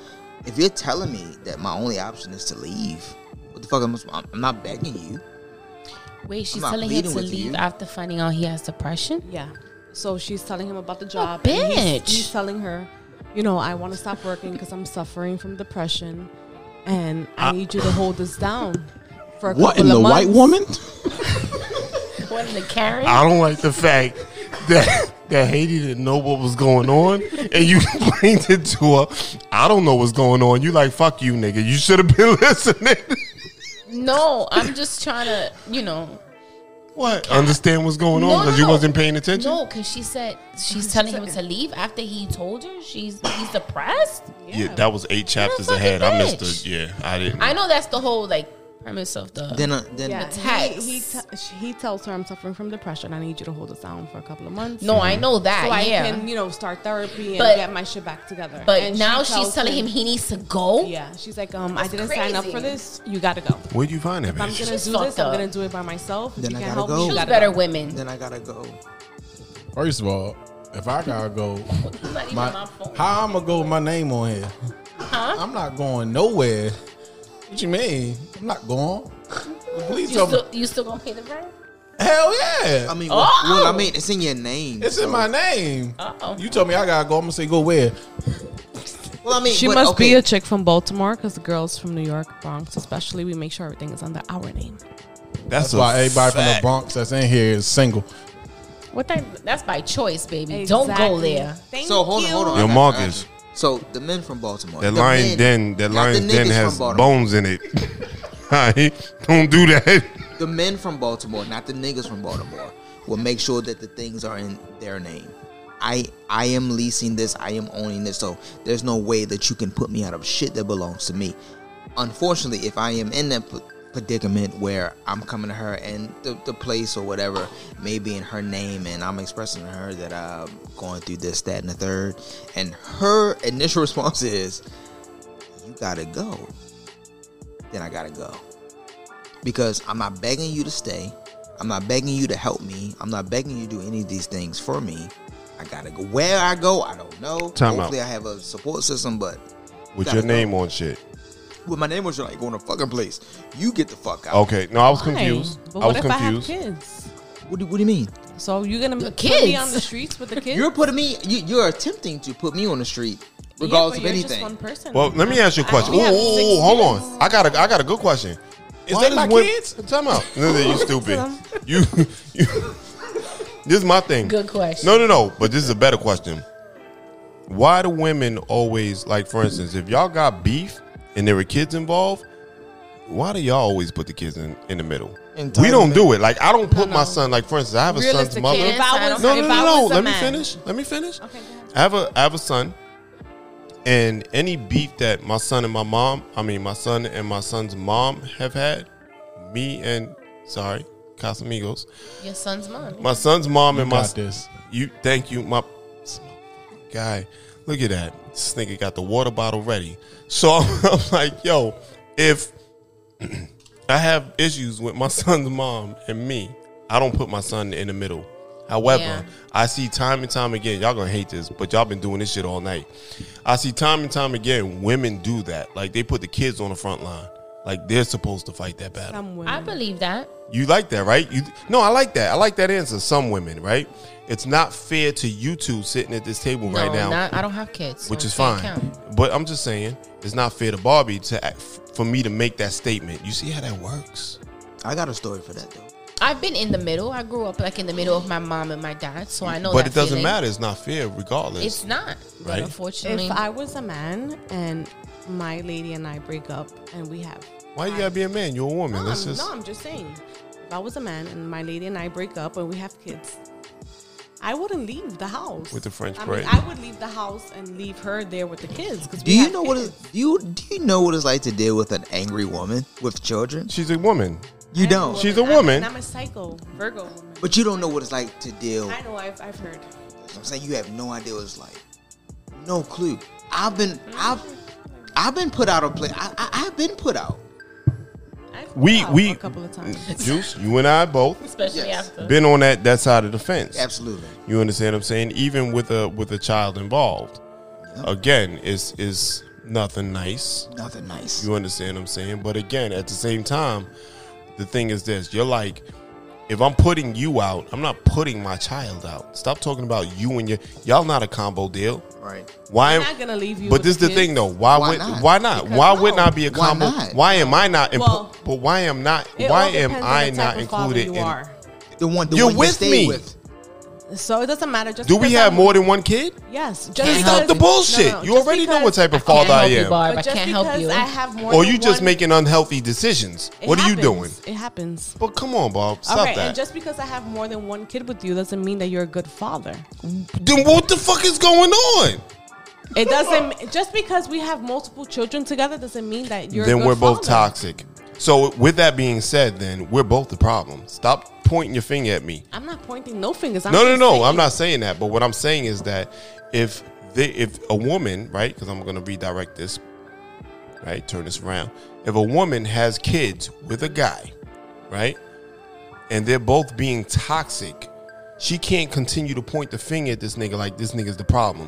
E: if you're telling me that my only option is to leave, what the fuck am I? supposed- I'm- I'm not begging you.
C: Wait, she's
E: not
C: telling him
E: pleading
C: to
E: with
C: leave
E: you.
C: after finding out he has depression.
B: Yeah. So she's telling him about the job.
C: bitch.
B: and He's, he's telling her, you know, I want to stop working because I'm suffering from depression, and
E: Ah.
B: I need you to hold this down for a couple of months.
C: What in the Karen?
E: Ah.
G: I don't like the fact that that Haiti didn't know what was going on, and you [LAUGHS] complained it to her. I don't know what's going on. You like fuck you, nigga. You should have been [LAUGHS] listening.
C: no, I'm just trying to, you know.
G: What? Understand what's going on
C: No,
G: because
C: no,
G: you
C: no.
G: wasn't paying attention.
C: No, because she said she's telling him to leave after he told her she's he's depressed.
G: Yeah, that was eight chapters
C: fucking
G: ahead. I missed
C: bitch.
G: the yeah. I didn't.
C: I know that's the whole like premise of the
E: Then, uh, then
B: Yeah,
C: Attacks.
B: he he, te- sh- he tells her, "I'm suffering from depression. I need you to hold us down for a couple of months."
C: no, I know that.
B: so I
C: yeah,
B: can you know start therapy and
C: But-
B: get my shit back together.
C: but
B: And she
C: now she's
B: tells
C: telling him he needs to go.
B: "Yeah." She's like, "Um, I
C: That's
B: didn't sign up
C: crazy.
B: for this. You gotta go.
G: Where'd you find that
B: If I'm
G: bitch?
B: gonna
C: She's
B: do
C: fucked
B: this,
C: up.
B: I'm gonna do it by myself. If
E: Then
B: you
E: I
B: can't help
E: gotta go.
B: me, you
C: Choose
B: gotta
C: better
B: go.
C: women.
E: then I gotta go.
D: First of all, if I gotta go,
C: Not even
D: my,
C: my fault.
D: how I'm gonna go with my name on here? I'm not going nowhere. What you mean? I'm not going. Please
C: You
D: tell me.
C: still, you still gonna pay the rent?
D: Hell yeah!
E: I mean,
C: Oh!
E: well, well, I mean, it's in your name.
D: it's in my name.
C: Uh-oh.
D: You told me I gotta go. I'm gonna say go where?
E: Well, I mean,
B: She
E: but,
B: must
E: okay,
B: be a chick from Baltimore because the girls from New York, Bronx, especially, we make sure everything is under our name.
G: That's,
D: That's
G: a
D: why everybody from the
G: fact.
D: Bronx that's in here is single.
C: What that? That's by choice, baby. Don't go there.
B: Thank
E: So hold on, hold on. I
G: Yo,
E: got you,
G: Marcus.
E: I got you. So the men from Baltimore.
G: That
E: the
G: lion
E: men-
G: den, that
E: not the
G: lion den
E: niggas
G: has
E: from Baltimore.
G: bones in it. [LAUGHS] Alright? Don't do that.
E: The men from Baltimore, not the niggas from Baltimore, will make sure that the things are in their name. I I am leasing this. I am owning this. So there's no way that you can put me out of shit that belongs to me. Unfortunately, if I am in that p- predicament where I'm coming to her and the, the place or whatever may be in her name, and I'm expressing to her that I'm going through this, that, and the third, and her initial [LAUGHS] response is, "You gotta go." Then I gotta go because I'm not begging you to stay. I'm not begging you to help me. I'm not begging you to do any of these things for me. I gotta go. Where I go, I don't know.
G: Time out.
E: Hopefully, I have a support system, but
G: With
E: Gotta
G: your
E: go.
G: name on shit.
E: with my name was you're like going to fucking place. You get the fuck out.
G: Okay, no, I was confused.
B: But
G: I
B: what
G: was
B: if
G: confused.
B: I have kids?
E: What do, what do you mean?
B: So you're gonna put
C: kids.
B: me on the streets [LAUGHS] with the kids?
E: You're putting me. You, you're attempting to put me on the street,
B: Yeah,
E: regardless
B: but
E: of
B: you're just
E: anything.
B: one person.
G: well, let me ask you a
B: I
G: question. Ooh,
B: only have
G: ooh,
B: six
G: ooh, hold
B: kids.
G: on. I got a, I got a good question. Is
D: Why
G: that
D: my
G: like when,
D: kids?
G: Time out. [LAUGHS] No, no, you stupid.
B: them.
G: you, you. This is my thing.
C: Good question.
G: No, no, no. But this is a better question. Why do women always like? For instance, if y'all got beef and there were kids involved, why do y'all always put the kids in, in the middle? We don't do it. Like I don't put my son. Like for instance, I have a son's
B: Realistic
G: mother.
B: kids, I was-
G: No,
B: if
G: no,
B: I
G: no,
B: was a
G: no. Let me
B: man.
G: finish. Let me finish.
B: Okay, go ahead.
G: I have a I have a son, and any beef that my son and my mom, I mean my son and my son's mom have had, me and sorry, Casamigos,
C: Your son's mom.
G: my son's mom and my
D: got this.
G: you thank you my this motherfucking guy. Look at that. This nigga got the water bottle ready. So [LAUGHS] I'm, I'm like, yo, if [CLEARS THROAT] I have issues with my [LAUGHS] son's mom and me, I don't put my son in the middle. However,
C: Yeah.
G: I see time and time again, y'all gonna hate this, but y'all been doing this shit all night. I see time and time again women do that. Like they put the kids on the front line. Like they're supposed to fight that battle.
B: Some women.
C: I believe that.
G: You like that, right? You no, I like that. I like that answer. Some women, right? It's not fair to you two sitting at this table right
C: no,
G: now,
C: not, I don't have kids, so
G: which is
C: it can't
G: fine.
C: count.
G: But I'm just saying, it's not fair to Barbie to act, for me to make that statement. You see how that works?
E: I got a story for that though.
C: I've been in the middle. I grew up like in the middle of my mom and my dad, so I know.
G: but
C: that
G: it doesn't
C: feeling.
G: matter. It's not fair, regardless.
C: It's not.
G: Right.
C: But unfortunately,
B: If I was a man and my lady and I break up and we have
G: Why you gotta be a man? You're a woman.
B: no,
G: That's
B: I'm,
G: just
B: no, I'm just saying. If I was a man and my lady and I break up and we have kids, I wouldn't leave the house
G: With the French
B: I
G: braid.
B: Mean, I would leave the house and leave her there with the kids. Cause
E: Do
B: we
E: you
B: have
E: know what?
B: kids.
E: It, do you do you know what it's like to deal with an angry woman with children?
G: she's a woman.
E: You
B: I'm
E: don't.
G: She's a
B: I'm-
G: woman.
B: and I'm a psycho Virgo woman.
E: But you don't know what it's like to deal.
B: I know. I've, I've heard.
E: I'm saying you have no idea what it's like. No clue. I've been I've I've been put out of play. I, I I've been put out.
B: I've
G: We
B: been out
G: we
B: a couple of times.
G: juice. You and I both
C: [LAUGHS] especially
E: Yes.
C: after.
G: been on that that side of the fence.
E: Absolutely.
G: You understand what I'm saying? Even with a with a child involved, again, it's is nothing nice.
E: Nothing nice.
G: You understand what I'm saying? But again, at the same time, the thing is this: you're like, if I'm putting you out, I'm not putting my child out. Stop talking about you and your y'all not a combo deal.
E: Right.
G: Why?
B: I'm not gonna leave you.
G: but
B: with
G: this is the
B: kids.
G: thing though. Why,
E: Why
G: would
E: not?
G: why not?
B: Because
G: why
B: no.
G: would not be a
E: Why
G: combo?
E: not?
G: Why am I not? impo-
B: Well,
G: but why am not?
B: It
G: Why
B: all
G: am
B: depends on
G: I
B: the
G: not
B: type of father
G: included
B: You
G: in?
B: are.
E: The one the
G: You're
E: one
G: with
E: you stay
G: me.
E: with.
B: So it doesn't matter. Just
G: Do we
B: because
G: have
B: I'm-
G: more than one kid?
B: Yes. Just
G: Take
B: because-
G: out the bullshit.
B: no, no,
G: you
B: just
G: already know
B: because-
G: what type of
C: can't
G: father I
C: help you,
G: am.
C: Barb.
B: but
C: I
B: just
C: can't help
B: because
C: you.
B: I have more.
G: or
B: than
G: you just
B: one-
G: making unhealthy decisions.
B: It
G: what are you
B: happens.
G: doing?
B: It happens.
G: But come on,
B: All
G: Bob, stop
B: right, and
G: that.
B: just because I have more than one kid with you doesn't mean that you're a good father.
G: then what the fuck is going on? [LAUGHS]
B: It doesn't. just because we have multiple children together doesn't mean that you're. a
G: then
B: good
G: we're both
B: father.
G: toxic. So with that being said, then we're both the problem. Stop pointing your finger at me.
B: I'm not pointing no fingers. I'm
G: no, no,
B: just
G: no.
B: saying-
G: I'm not saying that. But what I'm saying is that if they, if a woman, right? Because I'm going to redirect this, right? Turn this around. If a woman has kids with a guy, right, and they're both being toxic, she can't continue to point the finger at this nigga like this nigga's the problem.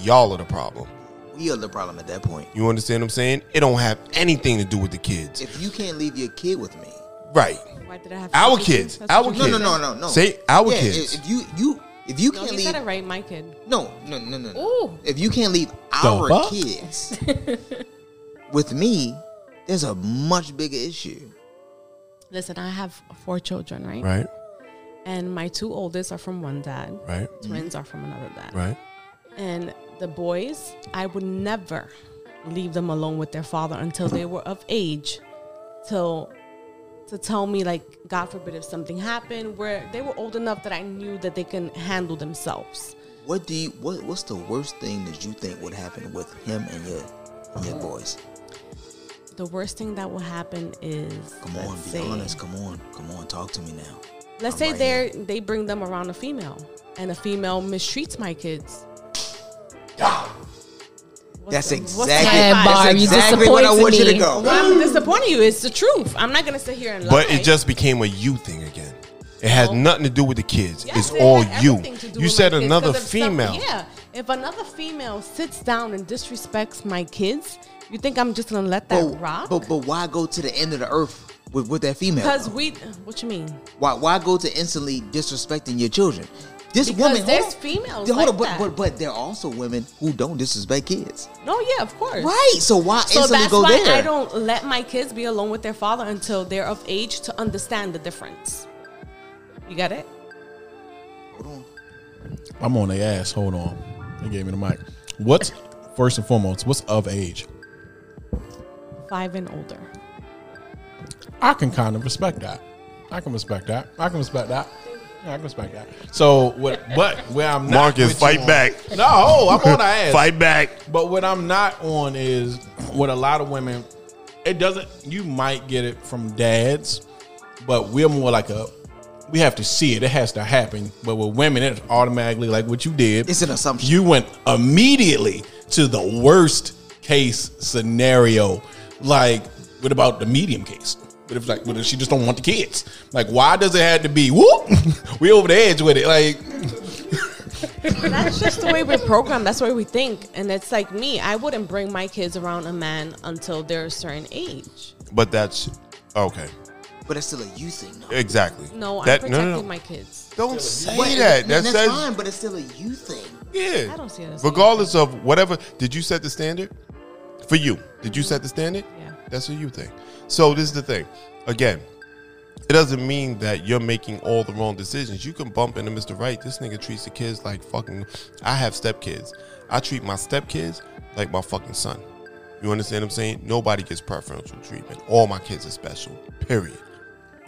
G: Y'all are the problem.
E: We are the problem at that point.
G: You understand what I'm saying? It don't have anything to do with the kids,
E: If you can't leave your kid with me,
G: right?
B: Why did I have
G: Our
B: to-
G: kids.
B: That's what
G: Our
B: you
E: no,
G: kids.
E: no,
B: said.
E: no, no, no.
G: Say our
E: Yeah,
G: kids.
E: If you you if you
B: No,
E: can't
B: he
E: leave
B: said it right. My kid.
E: No, no, no, no. no.
C: Ooh.
E: If you can't leave our
D: fuck?
E: kids with me, there's a much bigger issue.
B: Listen, I have four children, right?
G: Right,
B: And my two oldest are from one dad.
G: right, Mm-hmm.
B: Twins are from another dad.
G: right.
B: And the boys, I would never leave them alone with their father until they were of age. Till to tell me like God forbid if something happened where they were old enough that I knew that they can handle themselves.
E: What do you what what's the worst thing that you think would happen with him and your and
C: Oh,
E: your boys?
B: The worst thing that will happen is
E: Come
B: let's
E: on, be
B: say,
E: honest. Come on. Come on, talk to me now.
B: Let's
E: I'm
B: say
E: right
B: they are they bring them around a female and a female mistreats my kids.
E: That's exactly,
C: Hey, Barb,
E: that's
C: you
E: exactly what I
C: disappointed
E: want you to
C: me.
E: go.
B: I'm disappointing you. It's the truth. I'm not gonna sit here and lie.
G: Oh, But it just became a you thing again. It has nothing to do with the kids.
B: Yes,
G: it's
B: it
G: all
B: had
G: you.
B: everything to do
G: You
B: with
G: said
B: my kids,
G: another
B: 'cause if some-
G: female. [LAUGHS]
B: yeah. If another female sits down and disrespects my kids, you think I'm just gonna let that rock?
E: but but why go to the end of the earth with, with that female?
B: because
E: though?
B: we, what you mean?
E: Why why go to instantly disrespecting your children? This
B: Because
E: woman hold
B: there's
E: on.
B: females
E: Hold
B: like
E: on, but,
B: that.
E: but but there are also women who don't disrespect kids.
B: No, yeah, of course.
E: Right. So why
B: So
E: instantly
B: that's
E: go
B: why
E: there?
B: I don't let my kids be alone with their father until they're of age to understand the difference. You got it?
D: I'm on their ass. Hold on. They gave me the mic. What's first and foremost? What's of age?
B: Five and older.
D: I can kind of respect that. I can respect that. I can respect that. Yeah, I can respect that. So what? But where I'm not
G: Marcus,
D: with you
G: fight
D: on-
G: back.
D: No, I'm on
G: [LAUGHS]
D: their ass.
G: Fight back.
D: But what I'm not on is with a lot of women, it doesn't. You might get it from dads, but we're more like a. We have to see it. It has to happen. But with women, it's automatically like what you did.
E: It's an assumption.
D: You went immediately to the worst case scenario. Like, what about the medium case? What if like, what if she just don't want the kids? Like, why does it have to be? Whoop, [LAUGHS] we over the edge with it. Like,
B: That's just the way we're programmed. That's the way we think. And it's like me, I wouldn't bring my kids around a man until they're a certain age.
G: But that's okay.
E: but that's still a you thing. Though.
G: Exactly.
B: No,
G: That-
B: I'm protecting my kids.
G: Don't say
E: But- no,
G: that. That
E: that's
G: says
E: fine, but it's still a you thing.
G: yeah.
B: I don't see it as-
G: Regardless of whatever, did you set the standard for you? Did you set the standard?
B: Yeah.
G: That's what you think. So this is the thing. Again, it doesn't mean that you're making all the wrong decisions. You can bump into Mr. Right. This nigga treats the kids like fucking. I have stepkids. I treat my stepkids like my fucking son. You understand what I'm saying? Nobody gets preferential treatment. All my kids are special. Period.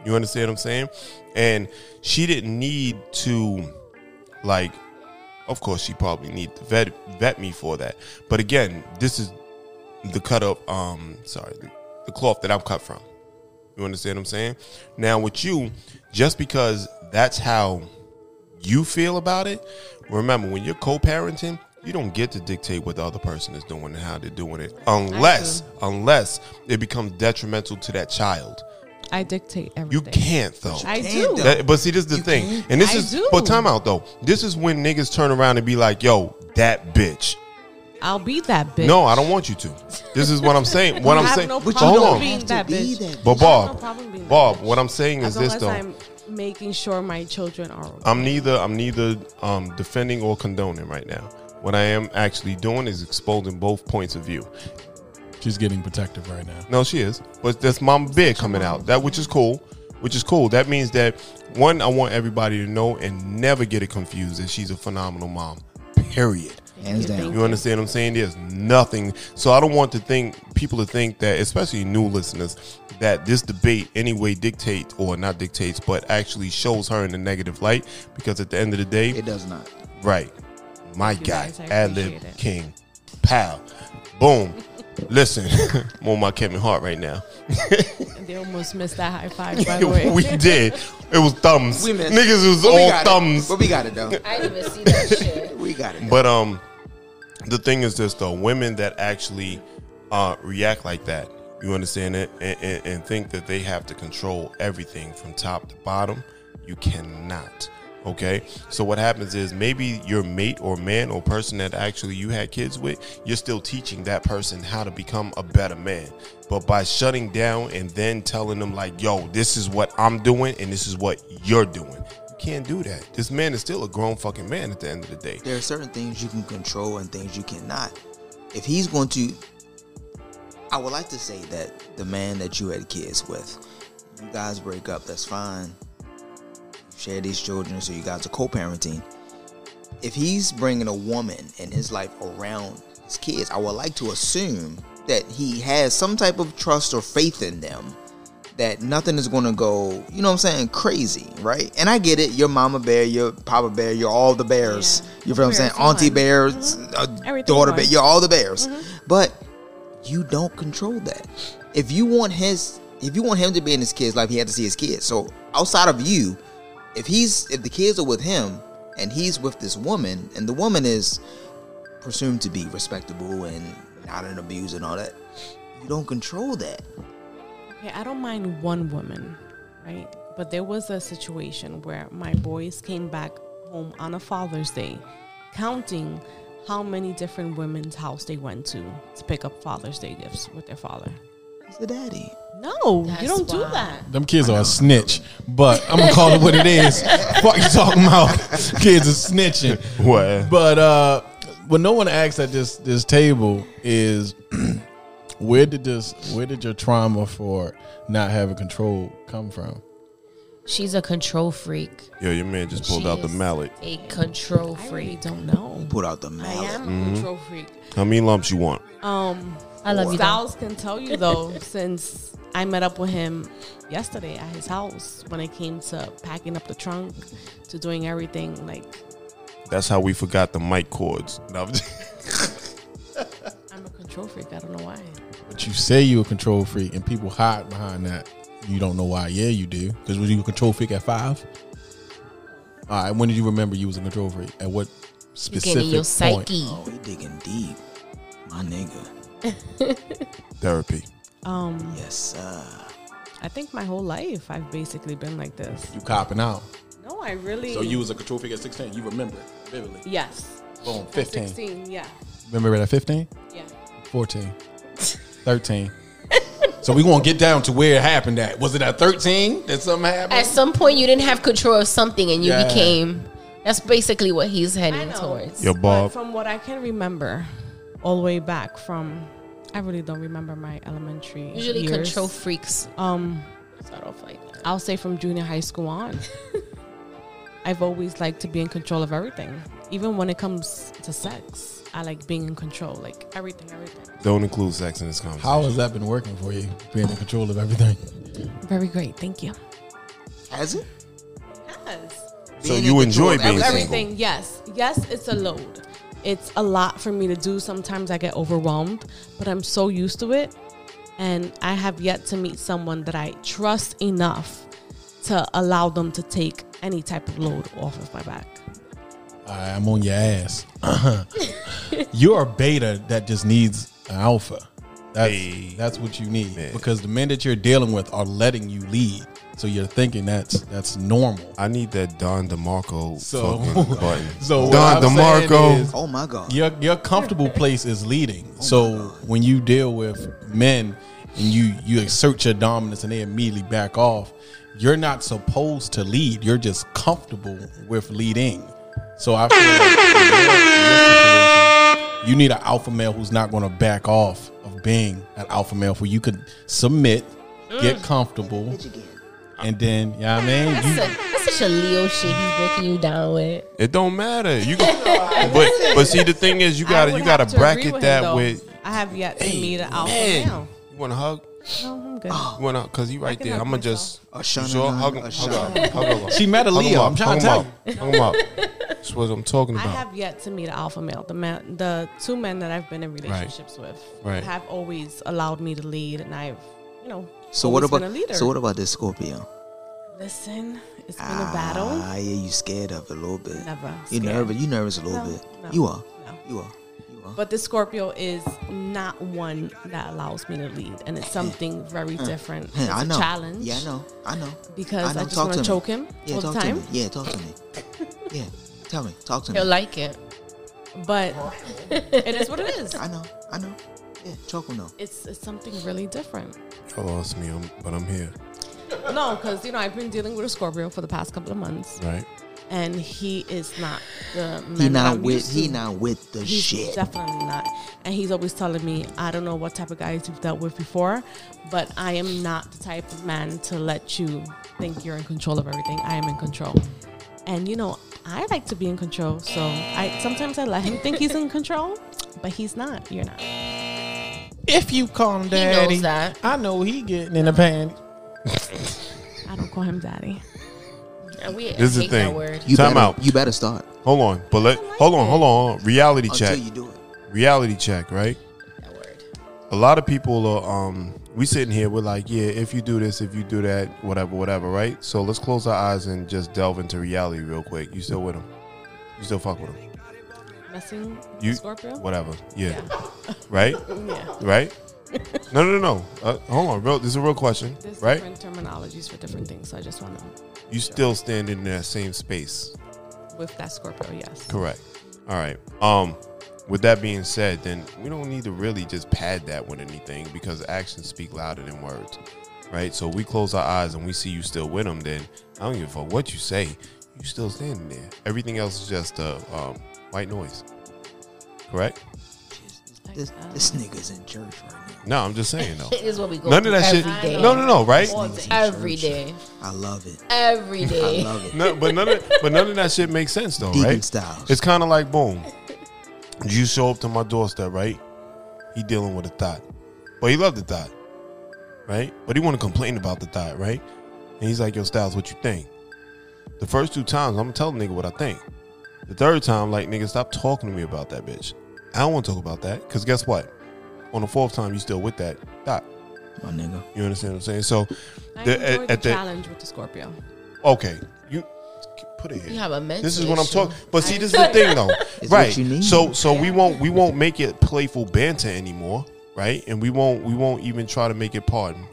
G: You understand what I'm saying? And she didn't need to, like, of course she probably need to vet vet me for that. But again, this is the cut up. Um, sorry, the, the cloth that I'm cut from. You understand what I'm saying? Now with you, just because that's how you feel about it, remember when you're co-parenting, you don't get to dictate what the other person is doing and how they're doing it, unless unless it becomes detrimental to that child.
B: I dictate
G: You
B: everything.
G: can't though.
B: I
E: can't,
B: do.
E: though.
G: That- but see, this is the thing, and this
B: I
G: is.
B: do.
G: But time out though. This is when niggas turn around and be like, "Yo, that bitch."
B: I'll be that bitch.
G: No, I don't want you to. This is what I'm
B: [LAUGHS]
G: saying. What
B: I
G: I'm
B: have
G: saying.
B: no
G: but
B: problem
G: hold on.
B: being
E: to
B: that
E: be
B: bitch.
E: that
G: But
B: I have no
G: Bob,
B: problem being that
G: Bob,
B: bitch.
G: what I'm saying
B: As
G: is
B: long
G: this
B: as
G: though. Uh,
B: I'm making sure my children are okay.
G: I'm neither I'm neither um, defending or condoning right now. What I am actually doing is exposing both points of view.
D: she's getting protective right now.
G: No, she is. But that's Mom Bear coming out. That which is cool. Which is cool. That means that one, I want everybody to know and never get it confused that she's a phenomenal mom. Period.
E: Hands down.
G: You understand what I'm saying? There's nothing. So I don't want to think people to think that, especially new listeners, that this debate anyway dictates or not dictates, but actually shows her in a negative light. Because at the end of the day,
E: It does not.
G: Right. My guy,
B: guys, I
G: ad lib
B: appreciate it.
G: king, [LAUGHS] pow, boom. Listen, I'm on my Kevin Hart right now.
B: They almost missed that high
G: [LAUGHS]
B: five, by the way.
G: we did. It was thumbs.
E: We missed.
G: Niggas was
E: But we
G: all
E: got it.
G: thumbs.
E: But we got it though.
C: I didn't even see that
G: [LAUGHS]
C: shit.
E: [LAUGHS] We got it.
G: But um, the thing is this though: women that actually uh, react like that, you understand it, and, and, and think that they have to control everything from top to bottom, you cannot. Okay, so what happens is maybe your mate or man or person that actually you had kids with, you're still teaching that person how to become a better man. But by shutting down and then telling them, like, yo, this is what I'm doing and this is what you're doing, you can't do that. This man is still a grown fucking man at the end of the day.
E: there are certain things you can control and things you cannot. If he's going to, I would like to say that the man that you had kids with, you guys break up, that's fine. You share these children, so you guys are co parenting. If he's bringing a woman in his life around his kids, I would like to assume that he has some type of trust or faith in them that nothing is going to go, you know what I'm saying, crazy, right? And I get it. Your mama bear, your papa bear, you're all the bears.
B: Yeah.
E: You feel what I'm saying?
B: Bears,
E: Auntie
B: one.
E: bear, uh,
B: Everything Mm-hmm.
E: daughter
B: one.
E: bear, you're all the bears. But you don't control that. If you want his if you want him to be in his kid's life, he had to see his kids. So outside of you, if he's if the kids are with him and he's with this woman and the woman is presumed to be respectable and not an abuse and all that, you don't control that.
B: Okay, I don't mind one woman, right? But there was a situation where my boys came back home on a Father's Day, counting how many different women's house they went to to pick up Father's Day gifts with their father.
E: He's the daddy.
B: No, you
C: That's
B: don't do
C: wild.
B: that.
D: Them kids are a snitch, but I'm gonna call it what it
G: [LAUGHS]
D: is. Fuck you talking about? Kids are snitching.
G: What?
D: But uh, what no one asks at this this table is [CLEARS THROAT] where did this where did your trauma for not having control come from?
C: She's a control freak.
G: Yo, your man just pulled
C: She
G: out the
C: is
G: mallet.
C: A control
B: I really
C: freak.
B: don't know.
E: Put out the
B: I
E: mallet.
B: am a control freak.
G: How many lumps you want?
B: Um,
C: I love you. though.
B: Styles can tell you though, [LAUGHS] since I met up with him yesterday at his house when it came to packing up the trunk, to doing everything. Like,
G: That's how we forgot the mic cords. No, I'm just- [LAUGHS]
B: I'm a control freak. I don't know why.
D: But you say you're a control freak, and people hide behind that. You don't know why. Yeah, you do. Because was you a control freak at five? All right. When did you remember you was a control freak? At what
C: You
D: specific
C: getting in your
D: point?
C: psyche.
E: Oh, we digging deep. My nigga.
G: Therapy.
B: Um,
E: Yes, sir.
B: I think my whole life I've basically been like this.
D: You copping out.
B: No, I really.
D: So you was a control freak at sixteen. You remember it vividly.
B: Yes.
D: Boom.
B: At
D: Fifteen.
B: Sixteen. Yeah.
D: Remember it at fifteen.
B: Yeah.
D: [LAUGHS] 14, 13. so we going to get down to where it happened at. Was it at 13 that something happened?
C: At some point, you didn't have control of something, and you
D: Yeah.
C: became. That's basically what he's heading towards.
G: Yo,
B: But
G: Bob.
B: from what I can remember, all the way back from, I really don't remember my elementary.
C: Usually,
B: years.
C: control freaks
B: Um,
C: start off like that.
B: I'll say from junior high school [LAUGHS] on. I've always liked to be in control of everything, even when it comes to sex. I like being in control, like everything, everything.
G: Don't include sex in this conversation.
D: How has that been working for you, being in control of everything?
B: Very great, thank you.
E: Has it?
B: Yes.
G: So
E: Being
G: you
E: in control
G: enjoy
E: of
G: being
E: everything.
G: single.
B: Everything, yes. Yes, it's a load. It's a lot for me to do. Sometimes I get overwhelmed, but I'm so used to it. And I have yet to meet someone that I trust enough to allow them to take any type of load off of my back.
D: All right, I'm on your ass. [LAUGHS] You're a beta that just needs an alpha. That's,
G: Hey,
D: that's what you need.
G: man.
D: Because the men that you're dealing with are letting you lead. So you're thinking that's that's normal.
G: I need that Don DeMarco
D: So- [LAUGHS]
G: fucking button.
D: So what
G: Don
D: I'm saying
G: DeMarco.
D: is-
E: Oh my god.
D: your your comfortable place is leading. so when you deal with men and you you exert your dominance and they immediately back off, you're not supposed to lead. You're just comfortable with leading. So I feel like in your- in your situation, you need an alpha male who's not going to back off of being an alpha male for you could submit, get comfortable, and then you know what I mean you,
C: That's such a Leo shit he's breaking you down with.
G: It don't matter.
B: [LAUGHS]
G: You can, but but see the thing is you
B: I
G: gotta
B: would
G: you gotta
B: have to agree
G: bracket
B: with him,
G: that
B: though.
G: with
B: I have yet to meet an alpha
G: man. Oh,
B: male.
G: You want to hug?
B: No, I'm good.
G: You want to? Cause you right
B: can
G: there.
B: hug
G: I'm gonna
B: myself.
G: just.
E: A
G: you
E: shana
G: sure?
E: nana,
G: Hug
E: a
G: him. Hug
E: shana.
G: him. Hug him.
D: She met a
G: Hug him
D: Leo.
G: up.
D: I'm trying to tell
G: Hug him up. Hug him up. That's what I'm talking
B: I
G: about.
B: have yet to meet an alpha male. The man, the two men that I've been in relationships with,
G: Right.
B: have always allowed me to lead, and I've, you you know.
E: So what
B: always been
E: about
B: a leader.
E: so what about this Scorpio?
B: Listen, it's been a battle.
E: Ah, yeah, you scared of it a little bit.
B: Never.
E: You
B: scared.
E: nervous? You nervous a little
B: No,
E: bit?
B: no,
E: you are.
B: no.
E: You are. You are.
B: But the Scorpio is not one that allows me to lead, and it's
E: [LAUGHS]
B: something very different.
E: Huh,
B: It's
E: [LAUGHS] I know.
B: a challenge.
E: Yeah, I know. I know.
B: Because
E: know.
B: I just
E: Talk
B: wanna
E: me.
B: choke him
E: yeah,
B: all the
E: talk To
B: time.
E: me. Yeah, talk to
B: [LAUGHS]
E: me. yeah, tell me. Talk to me.
C: He'll like it.
E: [LAUGHS]
B: But it is what it is.
E: I know. I know. Yeah, choke him though.
B: It's, it's something really different.
G: I lost me, I'm, but I'm here,
B: No, because you know I've been dealing with a Scorpio for the past couple of months,
G: right?
B: and he is not the man
E: He
B: that
E: not
B: I'm
E: with.
B: used
E: He
B: to.
E: not with the
B: He's
E: shit.
B: definitely not. And he's always telling me, I don't know what type of guys you've dealt with before, but I am not the type of man to let you think you're in control of everything. I am in control. And you know, I like to be in control, so I sometimes I let him think he's in control, but he's not. You're not.
D: If you call him
C: knows
D: daddy,
C: that.
D: I know he getting in the pan.
B: I don't call him daddy.
C: And we
G: This is the
C: hate
G: thing.
C: that word.
E: You
G: Time
E: better,
G: out.
E: You better start
G: Hold on, but let hold on, hold on. hold on. Reality
E: until
G: check.
E: you do it.
G: Reality check. Right.
C: That word.
G: a lot of people are um we sitting here we're like yeah if you do this if you do that whatever whatever right so let's close our eyes and just delve into reality real quick you still with him you still fuck with him
B: Messing with
G: you
B: Scorpio?
G: whatever yeah, [LAUGHS] right
B: Yeah.
G: right no no no no uh, hold on real this is a real question
B: There's
G: right
B: different terminologies for different things, so I just want to
G: you still stand in that same space
B: with that Scorpio, yes.
G: correct all right um with that being said then we don't need to really just pad that with anything because actions speak louder than words right? So we close our eyes and we see you still with them, then I don't give a fuck what you say. You still standing there. Everything else is just uh, um, white noise. Correct?
E: This, this
B: um,
E: nigga's in church right now.
G: No, I'm just
C: [LAUGHS]
G: saying though.
C: It is what we go
G: None of
C: through
G: that shit.
C: every day.
G: No, no, no. Right?
C: All
E: Nigga's
C: day.
E: in
C: Every
E: church.
C: day.
E: I love it.
C: Every
E: I
C: day.
E: love it.
G: No, but none of but none of that shit makes sense though,
E: Deacon
G: right?
E: Styles.
G: It's kind of like boom. You show up to my doorstep, right? He dealing with a thought, but he loved the thought, right? But he want to complain about the thought, right? And he's like, "Yo, Styles, what you think?" The first two times, I'm telling nigga what I think. The third time, like nigga, stop talking to me about that bitch. I don't want to talk about that because guess what? On the fourth time, you still with that thought.
E: My nigga.
G: You understand what I'm saying? So,
B: I
G: the-
B: enjoy
G: at,
B: the
G: at the
B: challenge with the Scorpio.
G: okay, you put it here.
C: You have a mental
G: This is what I'm
C: issue.
G: talking. But see, this is the
C: [LAUGHS]
G: thing, though,
E: It's
G: right?
E: what you need.
G: So, so we won't we won't make it playful banter anymore, right? And we won't we won't even try to make it pardon.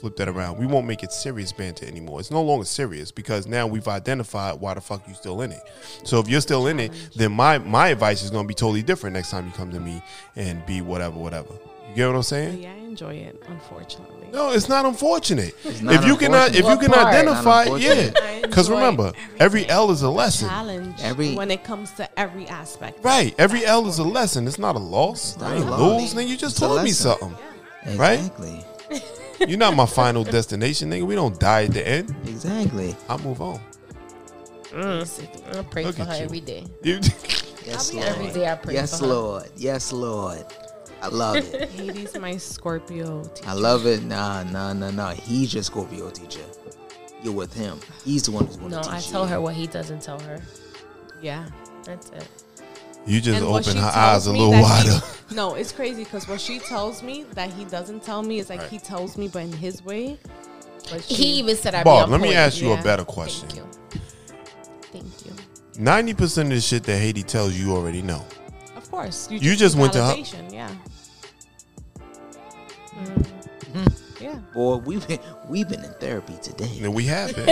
G: Flip that around. We won't make it serious banter anymore. It's no longer serious because now we've identified why the fuck you still in it. So if you're still in it, then my my advice is going to be totally different next time you come to me and be whatever, whatever. You get what I'm saying?
B: Yeah, I enjoy it, unfortunately.
G: No, it's not unfortunate.
E: not
G: if you cannot, if you
C: unfortunate.
G: can
C: What part?
G: identify,
E: Not
G: yeah.
E: unfortunate.
B: I
G: Because
B: enjoy
G: remember, every L is a lesson,
B: challenge
E: Every-
B: when it comes to every aspect.
G: right? Every L is a lesson. It's not a loss.
E: not
G: I
E: a
G: ain't
E: loss.
G: lose, nigga. You just
E: It's a
G: told me
E: lesson.
G: something. Right?
E: Exactly.
G: You're not my final destination, nigga. We don't die at the end.
E: Exactly.
G: I move on.
C: Basically. Mm. I pray
G: Look
C: for
G: at
C: her
G: you.
C: every day.
G: You- [LAUGHS]
E: Yes, Lord.
C: Every day I pray
E: Yes,
C: for her.
E: Lord. Yes, Lord. I love it.
B: Hades, my Scorpio. Teacher.
E: I love it. Nah, nah, nah, nah. He's your Scorpio teacher. You're with him. He's the one who's going
C: No,
E: to teach
C: I
E: you.
C: tell her what he doesn't tell her.
B: Yeah.
C: That's it.
G: You just
B: And what
G: open
B: she
G: her
B: tells
G: eyes a
B: me
G: little
B: that
G: wider.
B: He, no, it's crazy because what she tells me that he doesn't tell me is like he tells me, but in his way. But she,
C: He even said I'd
G: Bob,
C: be
G: let
C: on
G: me
C: point.
G: ask you a
B: Yeah.
G: better question.
C: Thank you. Thank you.
G: Ninety percent of the shit that Haiti tells you, you already know.
B: of course,
G: You just
B: need
G: went to her-
B: validation, Yeah.
G: Mm-hmm.
B: Mm-hmm. Yeah.
E: Boy, we've been, we've been in therapy today.
G: And we have been.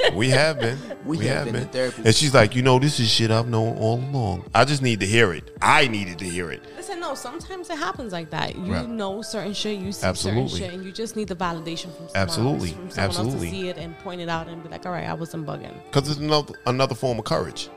E: [LAUGHS]
G: we have been. We, have been.
E: in therapy.
G: And she's like, you know, this is shit I've known all along. I just need to hear it. I needed to hear it.
B: Listen, no. Sometimes it happens like that. You
G: Right.
B: know certain shit, you see
G: Absolutely.
B: certain shit, and you just need the validation from someone
G: Absolutely.
B: else, from someone else
G: Absolutely.
B: to see it and point it out and be like, "All right, I wasn't bugging."
G: Because it's another, another form of courage.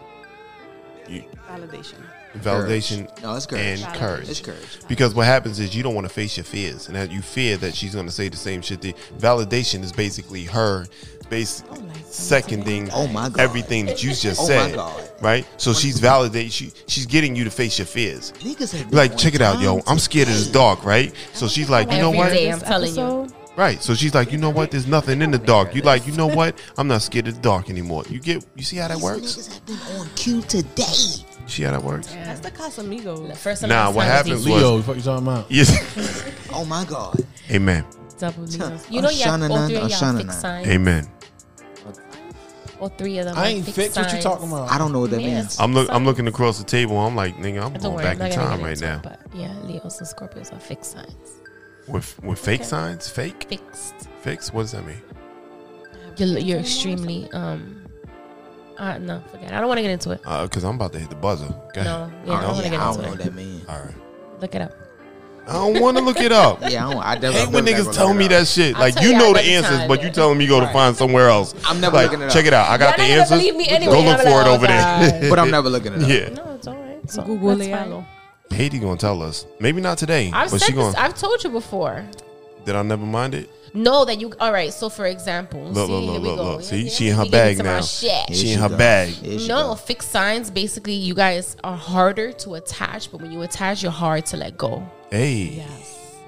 G: You,
B: Validation.
G: validation
E: Courage. No, it's courage.
G: and courage.
B: Validation.
E: It's courage.
G: Because what happens is you don't want to face your fears, and that you fear that she's going to say the same shit. That validation is basically her, basically
B: like that.
G: seconding
E: Oh my God.
G: everything that you just
E: Oh my
G: said,
E: God.
G: right? So she's validating. She, she's getting you to face your fears.
E: Niggas have been
G: Like,
E: on
G: check it out, yo.
E: time
G: I'm scared of this dog, right? So she's like, you know
C: Every
G: what?
C: day, I'm telling you.
G: Right. So she's like, you know what? There's nothing in the dark. You like, you know what? I'm not scared of the dark anymore. You get, you see how that
E: These
G: works?
E: Niggas have been on cue today.
G: You see how that works?
B: That's the Casamigos.
C: The first and
G: Nah,
C: last
G: what
C: time
G: happens
C: is
G: was-
D: Leo, what you talking about?
G: Yes. [LAUGHS]
E: Oh my God.
G: Amen.
C: Double needles.
E: Oh,
C: You know, y'all, all
E: Shanana,
C: three
E: oh,
C: of y'all fix
E: Shanana.
C: signs.
G: Amen.
C: All three of them.
D: I
C: are
D: ain't
C: fixed
D: fixed. What you
C: signs.
D: talking about?
E: I don't know what that
C: Yeah.
E: means.
G: I'm look. I'm looking across the table. I'm like, nigga, I'm
C: Don't
G: going
C: worry,
G: back
C: I'm
G: in
C: not gonna
G: time
C: get
G: right
C: into
G: now
C: it, But yeah, Leos and Scorpios are fixed signs.
G: with with fake signs. Fake
C: Fixed.
G: fix. What does that mean?
C: You're, you're extremely um. Uh, no, forget. it. I don't want to get into it.
G: Uh, cause I'm about to hit the buzzer. Go ahead.
C: No, yeah,
E: I
C: I don't
E: don't,
C: want to
E: yeah, I don't know
C: get
E: what
C: into it.
E: that means.
G: All right.
C: Look it up.
G: I don't want to look it up.
E: Yeah, I
G: [LAUGHS]
E: don't. I never,
G: Hate when
E: never
G: niggas tell me that shit.
C: I'll
G: Like
C: tell
G: you
C: y'all
G: know the
C: another
G: answers,
C: time
G: but
C: then.
G: you telling me go to find somewhere else.
E: I'm never
G: like,
E: looking it up.
G: Check it out. I got the
C: Y'all not gonna
G: answers.
C: believe me anyway.
G: Go
C: I'm
G: look
C: like,
G: for it
C: oh,
G: over there.
E: But I'm never looking it up.
G: yeah,
C: No, it's all right. So
B: Google
C: that's
B: it.
C: fine.
G: Haiti gonna tell us. Maybe not today,
C: I've
G: but
C: said
G: she
C: this.
G: gonna.
C: I've told you before.
G: Did I never mind it?
C: No, that you. All right. So for example,
G: Look,
C: see,
G: look,
C: here
G: look,
C: we
G: look,
C: go.
G: look.
C: Yeah,
G: See,
C: yeah,
G: she in
C: we
G: her
C: get
G: bag
C: into my
G: now.
C: shit.
G: She in her bag.
C: No, fixed signs basically you guys are harder to attach, but when you attach, you're hard to let go.
G: Hey,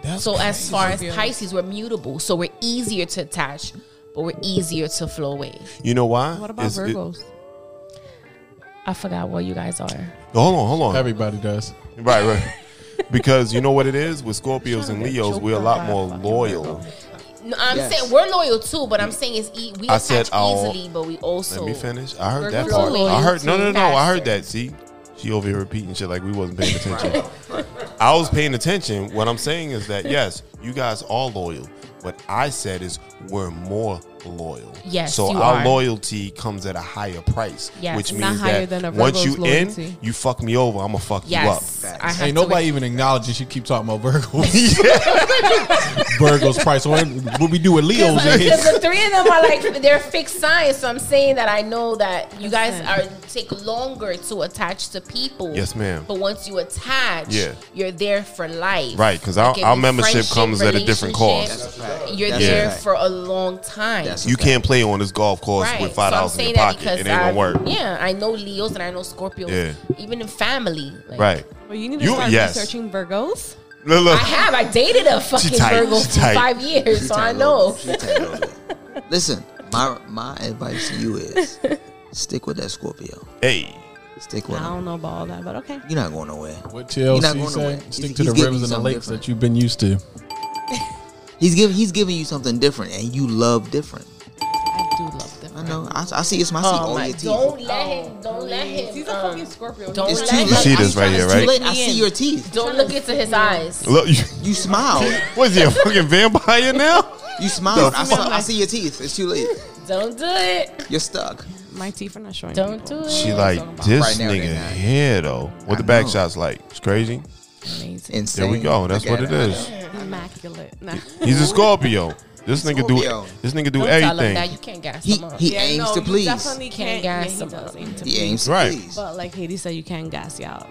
D: That's
C: So as far as
D: crazy.
C: Pisces, we're mutable, so we're easier to attach, but we're easier to flow away.
G: you know why?
B: What about
G: It's- it-
B: Virgos?
C: I forgot what you guys are.
G: hold on, hold on.
D: everybody does.
G: Right, right. [LAUGHS] Because you know what it is with Scorpios and Leos, we're a lot more loyal.
C: No, I'm
E: Yes.
C: saying we're loyal too, but I'm saying it's e- we
G: I
C: attach
G: said I'll-
C: easily, but we also
G: Let me finish. I heard that
C: Virgos
G: part.
C: loyal
G: I heard no,
C: to
G: no, no. I heard
C: master.
G: that. See, she over here repeating shit like we
C: [LAUGHS]
G: wasn't paying attention. I was paying attention. What I'm saying is that yes, you guys are loyal. What I said is we're more loyal.
C: Yes,
G: So
C: you
G: our
C: are.
G: loyalty comes at a higher price,
C: Yes.
G: which
C: Not
G: means
B: higher
G: that
B: than a
G: once you
B: Virgo's
G: in,
B: loyalty.
G: you fuck me over. I'm gonna fuck
C: yes.
G: you up.
C: I have
D: Ain't
C: to
D: nobody even acknowledges you keep talking about Virgos. [LAUGHS] Virgos price. So What we do with Leos
C: Because
D: is
C: the three of them are
G: [LAUGHS]
C: like they're fixed signs, so I'm saying that I know that you guys are take longer to attach to people.
G: Yes, ma'am.
C: But once you attach,
G: Yeah.
C: you're there for life.
G: Right, 'cause
C: It
G: our-
C: can
G: our
C: be
G: membership
C: friendship,
G: comes at a different cost.
C: relationship.
E: That's a fact.
C: You're
E: That's a
C: there
E: fact.
C: for a long time.
E: That's a
G: You
E: fact.
G: can't play on this golf course with
C: So I'm
G: five dollars in
C: saying
G: your
C: that
G: pocket. It
C: because
G: ain't gonna
C: I-
G: work.
C: Yeah, I know Leos and I know Scorpios.
G: Yeah.
C: Even in family. Like,
G: Right.
B: Well, you need to
G: You-
B: start
G: yes.
B: researching Virgos.
G: Look, look.
C: I have. I dated a fucking
G: tight,
C: Virgo
G: she
C: for
G: tight.
C: five years,
E: She
C: so I
E: tight
C: know.
E: loaded. She tight loaded. Listen, my my advice to you is stick with that Scorpio.
G: Hey,
E: Stick
B: I
E: with him.
B: don't know about all that, but okay.
E: You're not going nowhere.
D: what
E: You're not
D: TLC
E: going
D: say.
E: nowhere.
D: Stick
E: He's-
D: to the
E: he's
D: rivers
E: giving you
D: and the
E: something
D: lakes
E: different.
D: that you've been used to.
E: He's giving he's giving you something different, and you love different.
B: I do love them.
E: I know. I, I see. It's my. I see
C: Oh
E: all
C: my!
E: your teeth.
C: Don't let him. Don't let him.
B: He's a
C: um,
B: fucking Scorpio.
C: don't
E: It's
C: let
E: too
C: him.
E: late.
G: see
E: I'm
G: this right here,
E: It's
G: right?
E: too late. I see your teeth.
C: Don't look into his eyes.
G: Look, [LAUGHS] you,
E: You smiled.
G: what is he a fucking vampire now?
E: You smiled. I, saw, I see your teeth. It's too late.
C: Don't do it.
E: You're stuck.
B: My teeth are not showing.
C: Don't do it.
G: She like this
E: Right now,
G: nigga
E: they're not.
G: here though. What the
E: I
G: back
E: know.
G: shots like? It's crazy.
B: Amazing.
E: Insane.
G: There we go. That's what it
E: Together.
G: is.
B: Immaculate. Nah.
G: He's a Scorpio. This nigga
E: Scorpio.
G: do this nigga do
C: Don't tell him that
G: everything.
C: you can't gas
E: He
C: him up.
E: he
B: Yeah,
E: aims
B: no,
E: to
B: you
E: please.
B: Definitely
C: Can't
B: can't,
C: gas
B: yeah, he
C: someone.
B: does aim to
E: He
B: please.
E: aims to
G: Right.
E: please.
B: But like Haiti said, you can gas you out.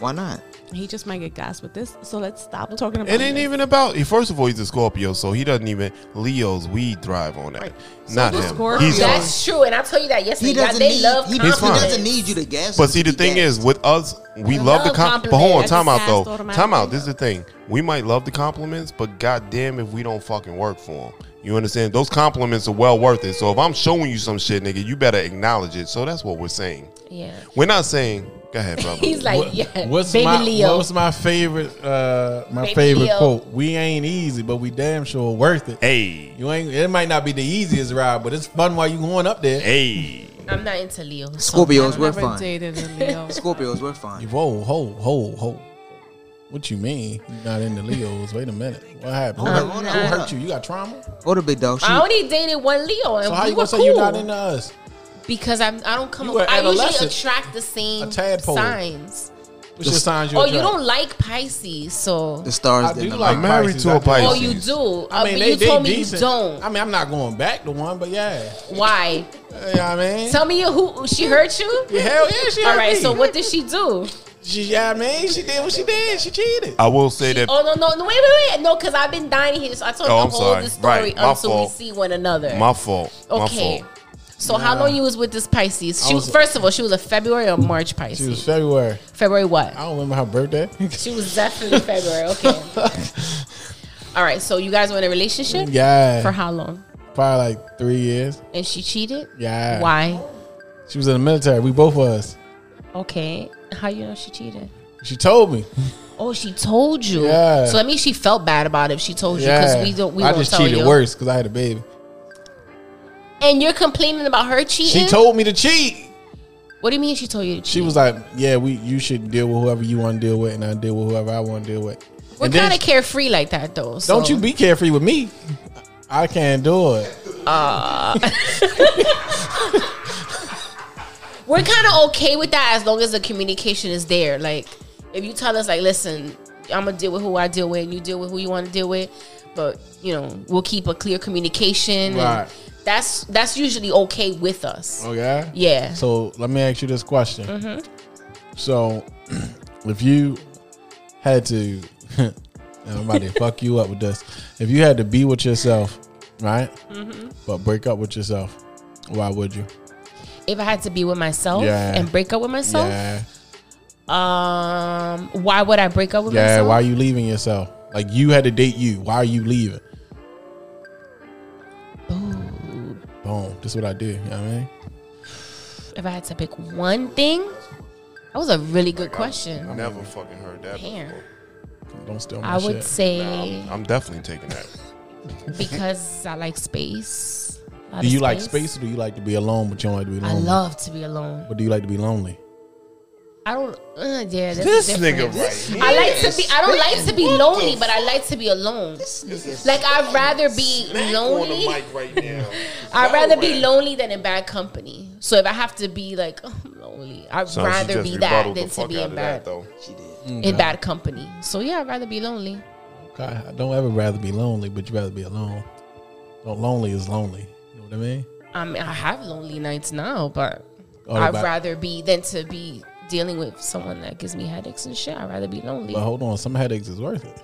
E: Why not?
B: He just might get gassed with this. So let's stop talking about
G: It ain't even about. First of all, he's a Scorpio, so he doesn't even Leo's. We thrive on that. Not
B: the
G: him.
B: Scorpio-
G: He's on.
C: That's true, and I tell you that yesterday.
E: He
C: Y'all,
E: doesn't
C: they
E: need.
C: love
E: He, he
C: confidence.
E: doesn't need you to gas.
G: But see, the thing is, with us, we love, the
C: love
G: compliments. But hold on,
C: compliments.
G: time out
B: That's
G: though.
B: automatic.
G: Time out. This is the thing. We might love the compliments, but goddamn, if we don't fucking work for them, you understand? Those compliments are well worth it. So if I'm showing you some shit, nigga, you better acknowledge it. So that's what we're saying.
C: Yeah,
G: We're not saying. Go ahead, brother.
C: [LAUGHS] he's like,
D: What-
C: yeah,
D: What's
C: baby
D: my
C: Leo.
D: What's my favorite? Uh, my
C: Baby
D: favorite
C: Leo.
D: quote. We ain't easy, but we damn sure worth it.
G: hey,
D: You ain't. It might not be the easiest ride, but it's fun while you going up there.
G: hey.
C: I'm not into Leo. so
E: Scorpios, we're
B: Never
E: fine.
B: dated [LAUGHS] a Leo.
E: Scorpios, we're fine.
D: Whoa, ho, ho, ho. What you mean? You not into Leos? Wait a minute. What happened? Who
E: Um,
D: hurt, who
E: nah.
D: hurt you? You got trauma?
E: Hold the big dog. She,
C: I only dated one Leo, and
D: So how
C: we
D: you
C: were
D: gonna say
C: cool
D: you're not into us?
C: because I'm. I don't come.
D: You were
C: I usually
D: adolescent.
C: attract the same
D: A tadpole.
C: signs.
D: What's your signs?
C: oh,
D: attract?
C: you don't like Pisces, so
E: the stars
D: I do
E: didn't
D: like
G: I'm
E: align.
G: married
D: Pisces.
G: to a
D: I do like
C: oh,
G: Pisces.
C: you do.
D: I mean,
C: uh, but
D: they,
C: you told
D: they
C: me
D: decent.
C: you don't.
D: I mean, I'm not going back to one, but yeah.
C: Why?
D: You know what I mean?
C: Tell me who she hurt you.
D: Yeah, hell yeah, she
C: All
D: hurt
C: right.
D: me.
C: So what did she do?
D: She, you know what I mean? She did what she did. She cheated.
G: I will say that.
C: Oh no no no wait wait wait no because I've been dying here so I told
G: Oh,
C: you
G: I'm
C: to hold
G: sorry.
C: the story
G: Right, my
C: until we
G: fault.
C: see one another.
G: My fault. My
C: okay.
G: fault.
C: So how long you was with this Pisces? She
D: I
C: was,
D: was-
C: first of all she was a February or March
D: She
C: Pisces.
D: was February.
C: February what?
D: I don't remember her [LAUGHS] birthday.
C: She was definitely February.
D: [LAUGHS]
C: Okay. all right. So you guys were in a relationship
D: yeah.
C: for how long?
D: Probably like three years.
C: And she cheated.
D: Yeah.
C: Why?
D: She was in the military. We both was.
C: Okay. How you know she cheated?
D: She told me.
C: Oh, she told you.
D: Yeah.
C: So that means she felt bad about it. If she told you because we don't. We
D: I
C: won't
D: just
C: tell
D: cheated
C: you.
D: worse because I had a baby.
C: And you're complaining about her cheating.
D: She told me to cheat.
C: What do you mean she told you to cheat?
D: She was like, "Yeah, we you should deal with whoever you want to deal with, and I deal with whoever I want to deal with."
C: We're
D: And then
C: kind of
D: she-
C: carefree like that though. So.
D: Don't you be carefree with me. I can't do it.
C: We're kind of okay with that as long as the communication is there. Like if you tell us like, listen, I'm gonna deal with who I deal with, and you deal with who you want to deal with, but you know we'll keep a clear communication.
D: Right.
C: And that's that's usually okay with us.
D: Okay.
C: Yeah. Mm-hmm.
D: So let me ask you this question. So, [CLEARS THROAT] if you had to, [LAUGHS] I'm about to fuck you up with this. If you had to be with yourself, right,
C: Mm-hmm.
D: but break up with yourself, why would you?
C: If I had to be with myself
D: Yeah.
C: and break up with myself,
D: yeah,
C: um, why would I break up with
D: yeah.
C: myself?
D: Why are you leaving yourself? Like you had to date you. Why are you leaving? Boom. Boom. This is what I did. You know what I mean,
C: If I had to pick one thing, that was a really good question.
G: Never fucking heard that.
C: Damn.
G: before.
D: don't steal my
C: I would
D: Oh, shit.
C: say
G: I'm definitely taking that.
C: because I like space. I
D: do you like space or do you like to be alone? But you don't like to be
C: I
D: lonely.
C: love to be alone.
D: But do you like to be lonely?
C: I don't. Uh, yeah, that's
G: This
C: the
G: nigga
C: difference.
G: right here.
C: I like to be. I don't like to be lonely, but I like to be alone. Like I'd rather be
G: Smack
C: lonely.
G: on the mic right now.
C: [LAUGHS] I'd rather be
G: Nowhere.
C: lonely than in bad company. So if I have to be like [LAUGHS] oh, I'm lonely, I'd
G: Son, she
C: rather
G: just
C: be
G: rebutted
C: that
G: the
C: than to
G: fuck
C: be
G: out
C: in
G: of
C: bad
G: that, though.
E: She did.
C: in bad company. So yeah, I'd rather be lonely.
D: Okay, I don't ever rather be lonely, but you rather be alone. Well, lonely is lonely. You know what I mean?
C: I mean, I have lonely nights now, but
D: Oh,
C: I'd
D: but-
C: rather be than to be dealing with someone that gives me headaches and shit. I'd rather be lonely.
D: But hold on, some headaches is worth it.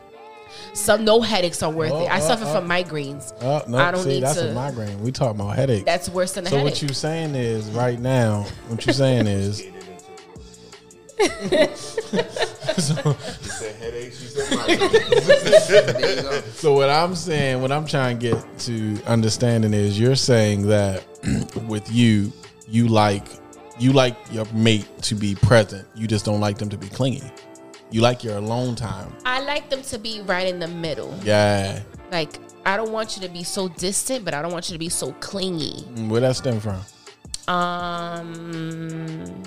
C: Some no headaches are worth
D: Oh,
C: it. I
D: oh,
C: suffer
D: oh.
C: from migraines.
D: Oh, no,
C: I don't
D: see,
C: need
D: that's
C: to.
D: a migraine. We talking about headaches.
C: that's worse than a
D: so
C: headache.
D: what you saying is right now? What you saying is? So what I'm saying, what I'm trying to get to understanding is, you're saying that [CLEARS THROAT] with you, you like you like your mate to be present. You just don't like them to be clingy. You like your alone time.
C: I like them to be right in the middle.
D: Yeah.
C: Like I don't want you to be so distant, but I don't want you to be so clingy.
D: Mm, Where that stem from?
C: Um,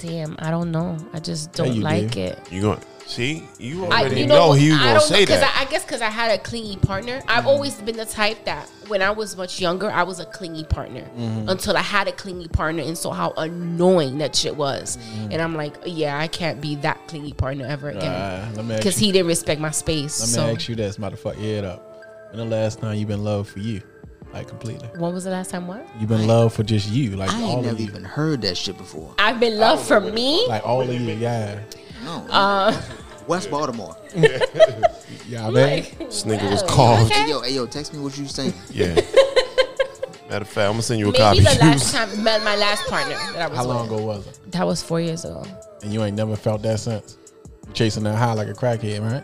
C: damn, I don't know. I just don't
D: you
C: like
D: do.
C: it.
G: You going see? You
C: I,
G: already
C: you
G: know,
C: know,
G: he was
C: I
G: gonna
C: don't
G: say
C: because
G: that.
C: I, I guess because I had a clingy partner.
D: Mm-hmm.
C: I've always been the type that when I was much younger, I was a clingy partner
D: Mm-hmm.
C: until I had a clingy partner and saw how annoying that shit was.
D: Mm-hmm.
C: And I'm like, yeah, I can't be that clingy partner ever again
D: Uh, let me ask
C: because
D: you-
C: he didn't respect my space.
D: Let me
C: so
D: ask you this, motherfucker, your head up. When the last time you been loved for you, like completely?
C: when was the last time? What?
D: You been loved for just you, like
E: I
D: all
E: ain't
D: of
E: never
D: you,
E: even heard that shit before.
C: I've been
D: Oh,
C: loved for me.
D: like all of you, yeah,
E: No.
H: Uh,
E: West Baltimore.
D: yeah, man.
G: This nigga was
C: [LAUGHS]
G: called.
E: Hey, yo, hey, yo, text me what you saying.
G: Yeah. Matter of fact, I'm gonna send [LAUGHS] you a
C: Maybe
G: copy.
C: the last time, my, my last partner that I was
D: How long
C: with.
D: ago was it?
C: That was four years ago.
D: And you ain't never felt that since. You chasing that high like a crackhead, right?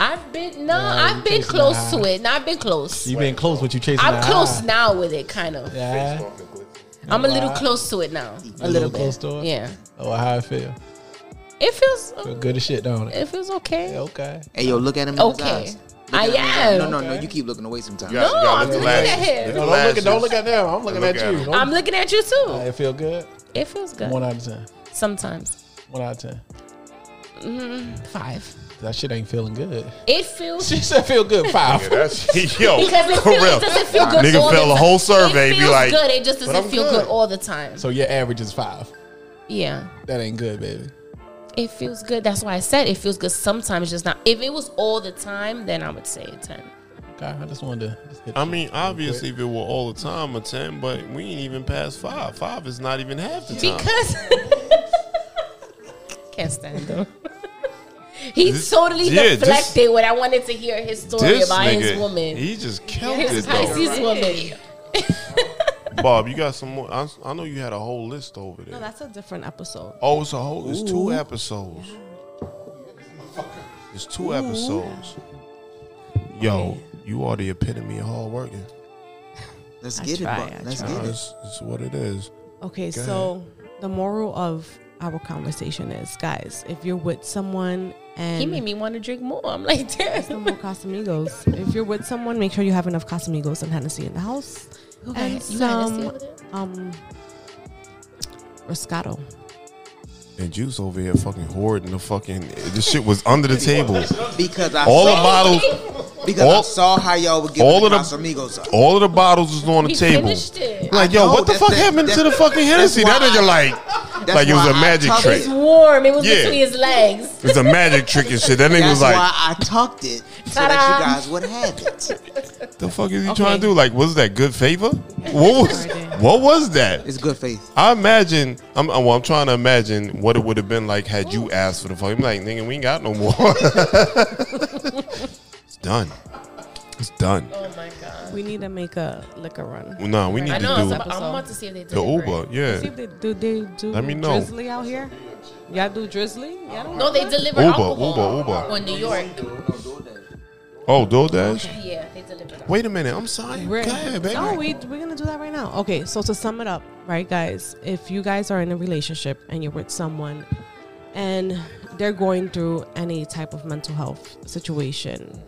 C: I've been no,
D: Yeah, you
C: I've been
D: chasing
C: close
D: the
C: to it. No, I've been close.
D: You been close, but you chasing.
C: I'm
D: that
C: close
D: high.
C: now with it, kind of.
D: Yeah,
C: I'm a little close to it now.
D: a little close to it.
C: Yeah,
D: Oh, how it feel?
C: it feels
D: Feel good as shit, don't it?
C: it feels okay.
D: Yeah, okay.
E: Hey, yo, look at him in his
C: Okay.
E: eyes. Look
C: I
E: at him in his eyes.
C: am.
E: No, no, no, you keep looking away sometimes.
G: You gotta- you
C: No,
G: gotta
C: I'm
G: look
C: looking
G: at
C: at him.
D: No,
G: the
D: don't look
G: lashes.
D: at don't look at them. I'm looking
G: Look
D: at
G: at
D: you.
G: him.
D: Don't-
C: I'm looking at you too.
D: it feel good.
C: It feels good
D: One out of ten.
C: sometimes.
D: One out of ten.
C: Five.
D: That shit ain't feeling good. [LAUGHS]
C: It feels
D: She said feel good. Five.
G: [LAUGHS] Yeah, that's yo.
C: because it,
G: for
C: feels,
G: real.
C: it doesn't feel good.
G: Nigga
C: all
G: fell
C: the
G: a whole
C: time.
G: survey,
C: It
G: be
C: feels
G: like,
C: good. It just
G: I'm
C: doesn't feel
G: good.
C: good all the time.
D: So your average is five.
C: Yeah.
D: That ain't good, baby.
C: It feels good. That's why I said it feels good sometimes, just not. If it was all the time, then I would say a 10.
D: Okay, I just wanted to. Just hit
G: I
D: you
G: mean, obviously, if it were all the time, a ten, but we ain't even past five. Five is not even half the time.
C: Because. Um, [LAUGHS] Can't stand
G: [LAUGHS]
C: him. he
G: This-
C: totally
G: yeah, this-
C: deflected when I wanted to hear his story
G: this
C: about his
G: nigga,
C: woman. [LAUGHS]
G: he just killed
C: his
G: it though.
C: Pisces woman.
G: Bob, you got some more? I, I know you had a whole list over there.
B: No, that's a different episode.
G: Oh, it's a whole. It's two episodes. It's two episodes. Yo, you are the epitome of hard working.
E: Let's
B: I
E: get
B: try, I
E: it, bro. Let's
B: try.
E: get it.
G: That's, that's what it is.
B: Okay, so the moral of our conversation is, guys. If you're with someone and
H: He made me want to drink more. I'm like,
C: [LAUGHS]
B: some
H: damn.
B: more Casamigos. If you're with someone, make sure you have enough Casamigos and Hennessy in the house,
H: You
B: and
H: got- you got Hennessy
B: some
H: over there?
B: um Roscato.
G: And Juice over here fucking hoarding the fucking. This shit was under the table.
E: Because [LAUGHS] I
G: All the
E: saw,
G: bottles,
E: because I
G: all-
E: saw how y'all were giving
G: all
E: the
G: of the-
E: Casamigos up.
G: all of the bottles was on the
H: We
G: table.
H: finished it.
G: Like,
E: I
G: yo,
E: know,
G: what the
E: that's
G: fuck
E: that-
G: happened to
E: that-
G: the fucking
E: that's
G: Hennessy?
E: why
G: That nigga like,
E: That's
G: like it was
E: why
G: a
E: I
G: magic
E: tugged
G: trick.
H: It's warm. It was
G: Yeah.
H: between his legs.
G: It's a magic trick and shit. That nigga
E: That's
G: was like,
E: why I tucked it so that you
H: Ta-da.
E: guys would
H: [LAUGHS]
E: have it.
G: the fuck is he trying to do? Like, was that good favor? What was? What was that?
E: It's good faith.
G: I imagine. I'm. uh, Well, I'm trying to imagine what it would have been like had you asked for the fucking. I'm like, nigga, we ain't got no more. [LAUGHS] it's done. It's done.
H: Oh my god.
B: We need to make a liquor run.
G: Well, nah, we need
H: I
G: to
H: know. I'm,
G: do
H: about- I'm about to see if they
G: the
H: deliver.
G: Uber.
B: See
G: Yeah,
B: if they do they do
G: Let me know.
B: drizzly out here. Y'all do drizzly? Y'all
H: No, they deliver
G: Uber,
H: alcohol.
G: Uber, Uber.
H: Or New York.
G: Oh, DoorDash.
H: Yeah, they deliver. that.
G: Wait a minute. I'm sorry. Go
B: We're-
G: ahead, baby.
B: No, we, we're going to do that right now. Okay, so to sum it up, right, guys, if you guys are in a relationship and you're with someone and they're going through any type of mental health situation,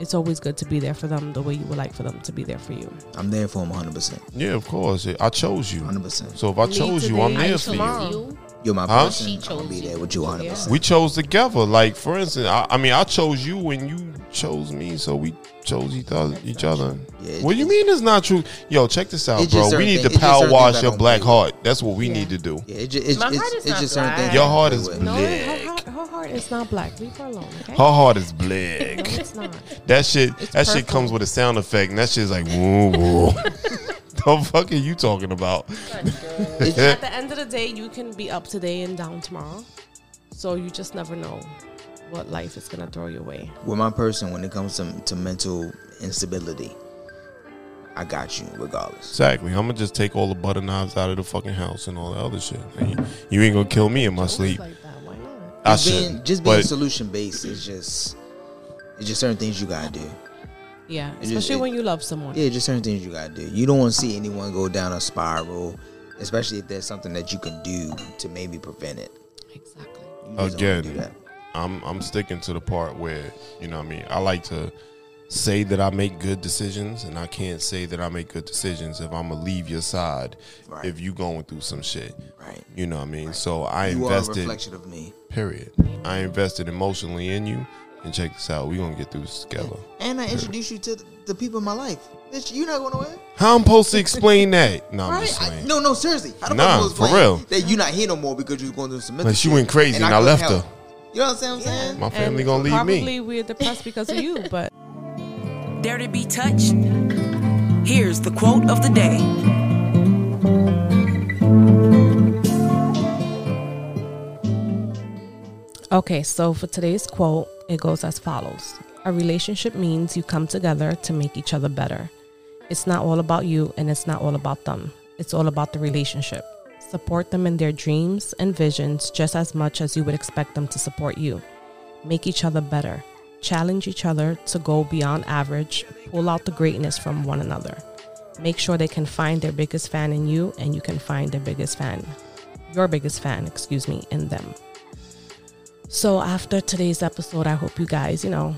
B: it's always good to be there for them the way you would like for them to be there for you.
E: I'm there for him 100%.
G: Yeah, of course. I chose you.
E: 100%.
G: So if I
B: Me
G: chose you,
B: today,
G: I'm
B: I
G: there
H: Chose
G: for you.
H: you.
E: You're my
G: Huh?
E: person.
H: She
E: I'm
H: chose
E: going to be
H: you.
E: there with you 100%.
G: We chose together. Like for instance, I, I mean, I chose you and you chose me, so we chose each other. Each other.
E: Yeah,
G: what do you
E: it's-
G: mean it's not true? Yo, check this out,
E: It's
G: bro.
E: just
G: We
E: certain
G: need to
E: things- it's just
G: power
E: certain
G: wash
E: things I
G: your
E: don't
G: black
E: believe.
G: heart. That's what we need to do.
E: Yeah, it just, it's,
H: My heart
E: it's,
H: is
E: it's
H: not
E: just certain things.
H: black.
G: Your heart is
B: No, her
G: black.
B: heart, her heart is not black. Leave her alone, okay?
G: Her heart is
B: No,
E: [LAUGHS]
G: black.
B: it's not.
G: That shit.
B: It's
G: that shit
B: purple.
G: comes with a sound effect, and that shit's like woo woo. [LAUGHS] the fuck are you talking about?
B: At the end of the day, you can be up today and down tomorrow. So you just never know what life is going to throw your way.
E: with my person when it comes to, to mental instability. I got you regardless.
G: [LAUGHS] Exactly. I'm gonna just take all the butter knives out of the fucking house and all that other shit. You- You ain't gonna kill me in my sleep.
B: Like that, why not?
G: I
E: just being,
G: shouldn't,
E: just being
G: but-
E: solution based is just it's just certain things you gotta do.
B: Yeah,
E: It is-
B: especially
E: it-
B: when you love someone.
E: Yeah, just certain things you gotta do. You don't want to see anyone go down a spiral, especially if there's something that you can do to maybe prevent it.
B: Exactly.
E: You just don't wanna do
G: again,
E: that.
G: I'm I'm sticking to the part where you know what I mean I like to say that I make good decisions, and I can't say that I make good decisions if I'm gonna leave your side
E: Right.
G: if you going through some shit.
E: right?
G: You know what I mean. So I
E: You are a
G: invested.
E: reflection of me,
G: Period. I invested emotionally in you, and check this out. We gonna get through this together.
E: and I introduced you to the, the people in my life. Bitch, you're not going nowhere.
G: How I'm supposed to explain that? No, I'm
E: Right?
G: just
E: I,
G: saying.
E: no, no, seriously. I don't
G: Nah,
E: know
G: for real.
E: That you're not here no more because you was going through some. mental
G: Like she
E: shit,
G: went crazy, and I
E: couldn't
G: left
E: help.
G: her.
E: You know what I'm saying?
G: My family gonna leave
B: probably
G: me.
B: we're depressed because of you, but
A: Dare to be touched? Here's the quote of the day.
B: okay. So for today's quote, it goes as follows: A relationship means you come together to make each other better. It's not all about you, and it's not all about them. It's all about the relationship. Support them in their dreams and visions just as much as you would expect them to support you. Make each other better. Challenge each other to go beyond average. Pull out the greatness from one another. Make sure they can find their biggest fan in you, and you can find their biggest fan your biggest fan, excuse me, in them. So after today's episode, I hope you guys, you know,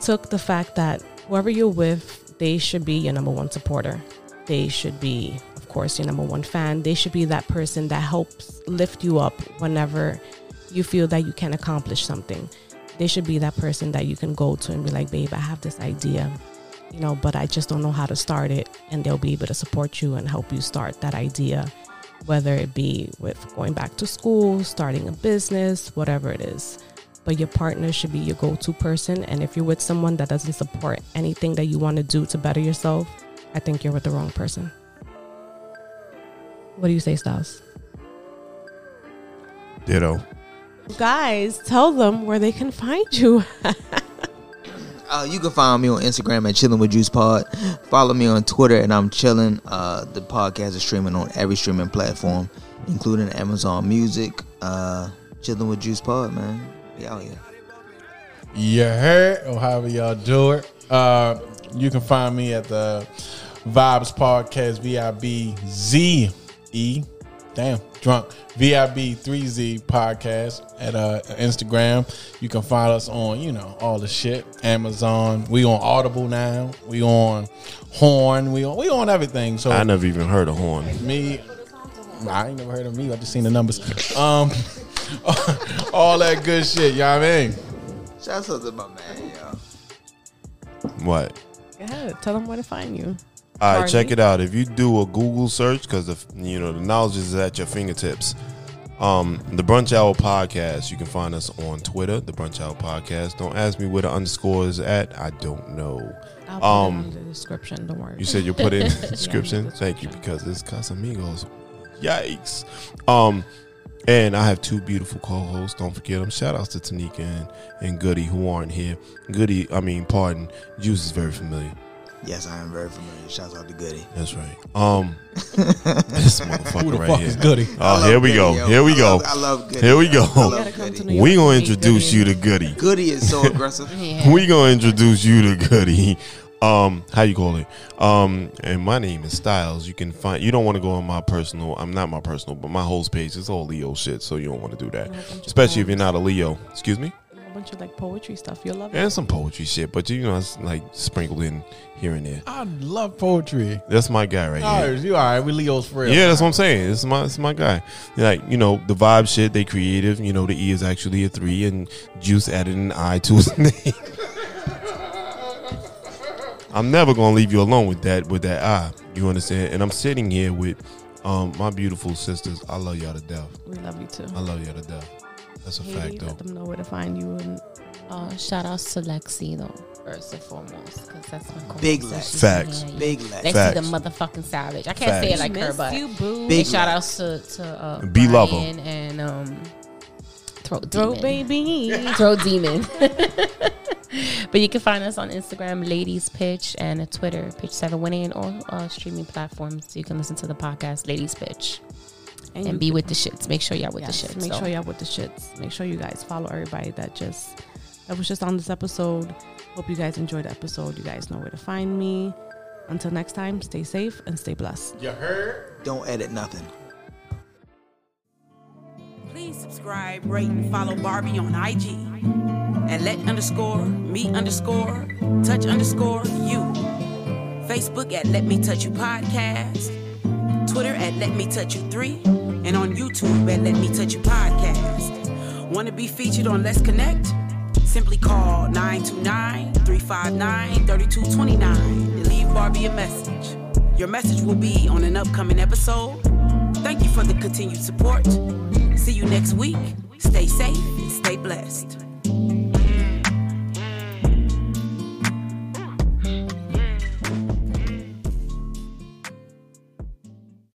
B: took the fact that whoever you're with, they should be your number one supporter. They should be, of course, your number one fan. They should be that person that helps lift you up whenever you feel that you can accomplish something. They should be that person that you can go to and be like, babe, I have this idea, you know, but I just don't know how to start it. And they'll be able to support you and help you start that idea whether it be with going back to school, starting a business, whatever it is. But your partner should be your go to person. And if you're with someone that doesn't support anything that you want to do to better yourself, I think you're with the wrong person. What do you say, Styles?
G: Ditto.
B: Guys, tell them where they can find you. [LAUGHS]
E: Uh, you can find me on Instagram at Chilling with Juice Pod. Follow me on Twitter, and I'm chilling. Uh, the podcast is streaming on every streaming platform, including Amazon Music. Uh, chilling with Juice Pod, man. We out here.
D: You heard, or however y'all do it. Uh, you can find me at the Vibes Podcast, V I B Z E damn drunk VIB3Z podcast at uh, Instagram. You can find us on you know all the shit Amazon. We on Audible now. We on Horn. We on we on everything. So
G: I never even heard a horn.
D: me. I ain't never heard of me. I just seen the numbers. Um, [LAUGHS] all that good shit. Y'all mean?
E: Shouts out to my man, y'all.
G: What?
B: Yeah, tell them where to find you.
G: All right, check
B: Harvey.
G: it out. If you do a Google search, because the you know the knowledge is at your fingertips. Um, the Brunch Hour Podcast. You can find us on Twitter, the Brunch Hour Podcast. Don't ask me where the underscore is at. I don't know.
B: I'll put um, in the description. Don't worry.
G: You said you put it in the description. Thank you, because it's Casamigos. Yikes. Um, and I have two beautiful co-hosts. Don't forget them. Shout outs to Tanika and, and Goody who aren't here. Goody, I mean, pardon. Juice is very familiar.
E: Yes, I am very familiar. Shouts out to Goody.
G: That's right. Um, this motherfucker
D: Who the
G: right
D: fuck
G: here.
D: is Goody?
G: Oh, here we go. Here we
E: I
G: go.
E: Love, I love Goody.
G: Here we
E: yo. I
G: go.
E: love
B: Gotta come to
E: Goody.
B: New
G: We
B: York to
G: gonna
B: meet
G: introduce
B: Goody.
G: you to Goody.
E: Goody is
G: [LAUGHS]
E: so aggressive.
G: We gonna introduce you to Goody. Um, how you call it? Um, and my name is Styles. You can find. You don't want to go on my personal. I'm not my personal, but my host page is all Leo shit. So you don't want to do that, especially if you're not a Leo. Excuse me.
B: a bunch of like poetry stuff. You'll love it.
G: And some poetry shit, but you know, it's like sprinkled in here and there.
D: I love poetry.
G: That's my guy right here.
D: Oh, you all right? We Leo's friends.
G: Yeah, that's what I'm saying. It's my it's my guy. Like you know the vibe shit. They creative. You know the E is actually a three, and Juice added an I to his [LAUGHS] name. I'm never gonna leave you alone with that with that I. You understand? And I'm sitting here with um my beautiful sisters. I love y'all to death.
B: We love you too.
G: I love y'all to death. That's a
B: Haiti,
G: fact though.
B: let them know where to find you. And
C: Uh, shout outs to Lexi though, first and foremost, because that's my co-host.
E: Big
C: So
E: Lex.
C: she's
G: Facts.
C: here, yeah.
E: Big
C: Lexi's
E: Lex.
C: the
G: Facts.
C: motherfucking savage. I can't say it
G: Facts.
C: like her, but
B: you, boo.
E: Big
C: and shout outs to to uh,
G: Be Lover.
C: Brian and um, throat
B: Throw
C: demon.
B: baby.
C: [LAUGHS]
G: [LAUGHS]
C: Throw demon. but you can find us on Instagram, Ladies Pitch, and Twitter, Pitch Seven Winning, and all uh, streaming platforms. You can listen to the podcast, Ladies Pitch, and be with the shits. Make sure y'all with
B: Yes,
C: the shits.
B: Make
C: so.
B: sure y'all with the shits. Make sure you guys follow everybody that just that was just on this episode. Hope you guys enjoyed the episode. You guys know where to find me. Until next time, stay safe and stay blessed.
D: You heard?
E: Don't edit nothing.
A: Please subscribe, rate, and follow Barbie on IG at let underscore me underscore touch underscore you. Facebook at Let Me Touch You Podcast, Twitter at Let Me Touch You 3, and on YouTube at Let Me Touch You Podcast. Want to be featured on Let's Connect? Simply call 929 359 3229 and leave Barbie a message. Your message will be on an upcoming episode. Thank you for the continued support. See you next week. Stay safe and stay blessed.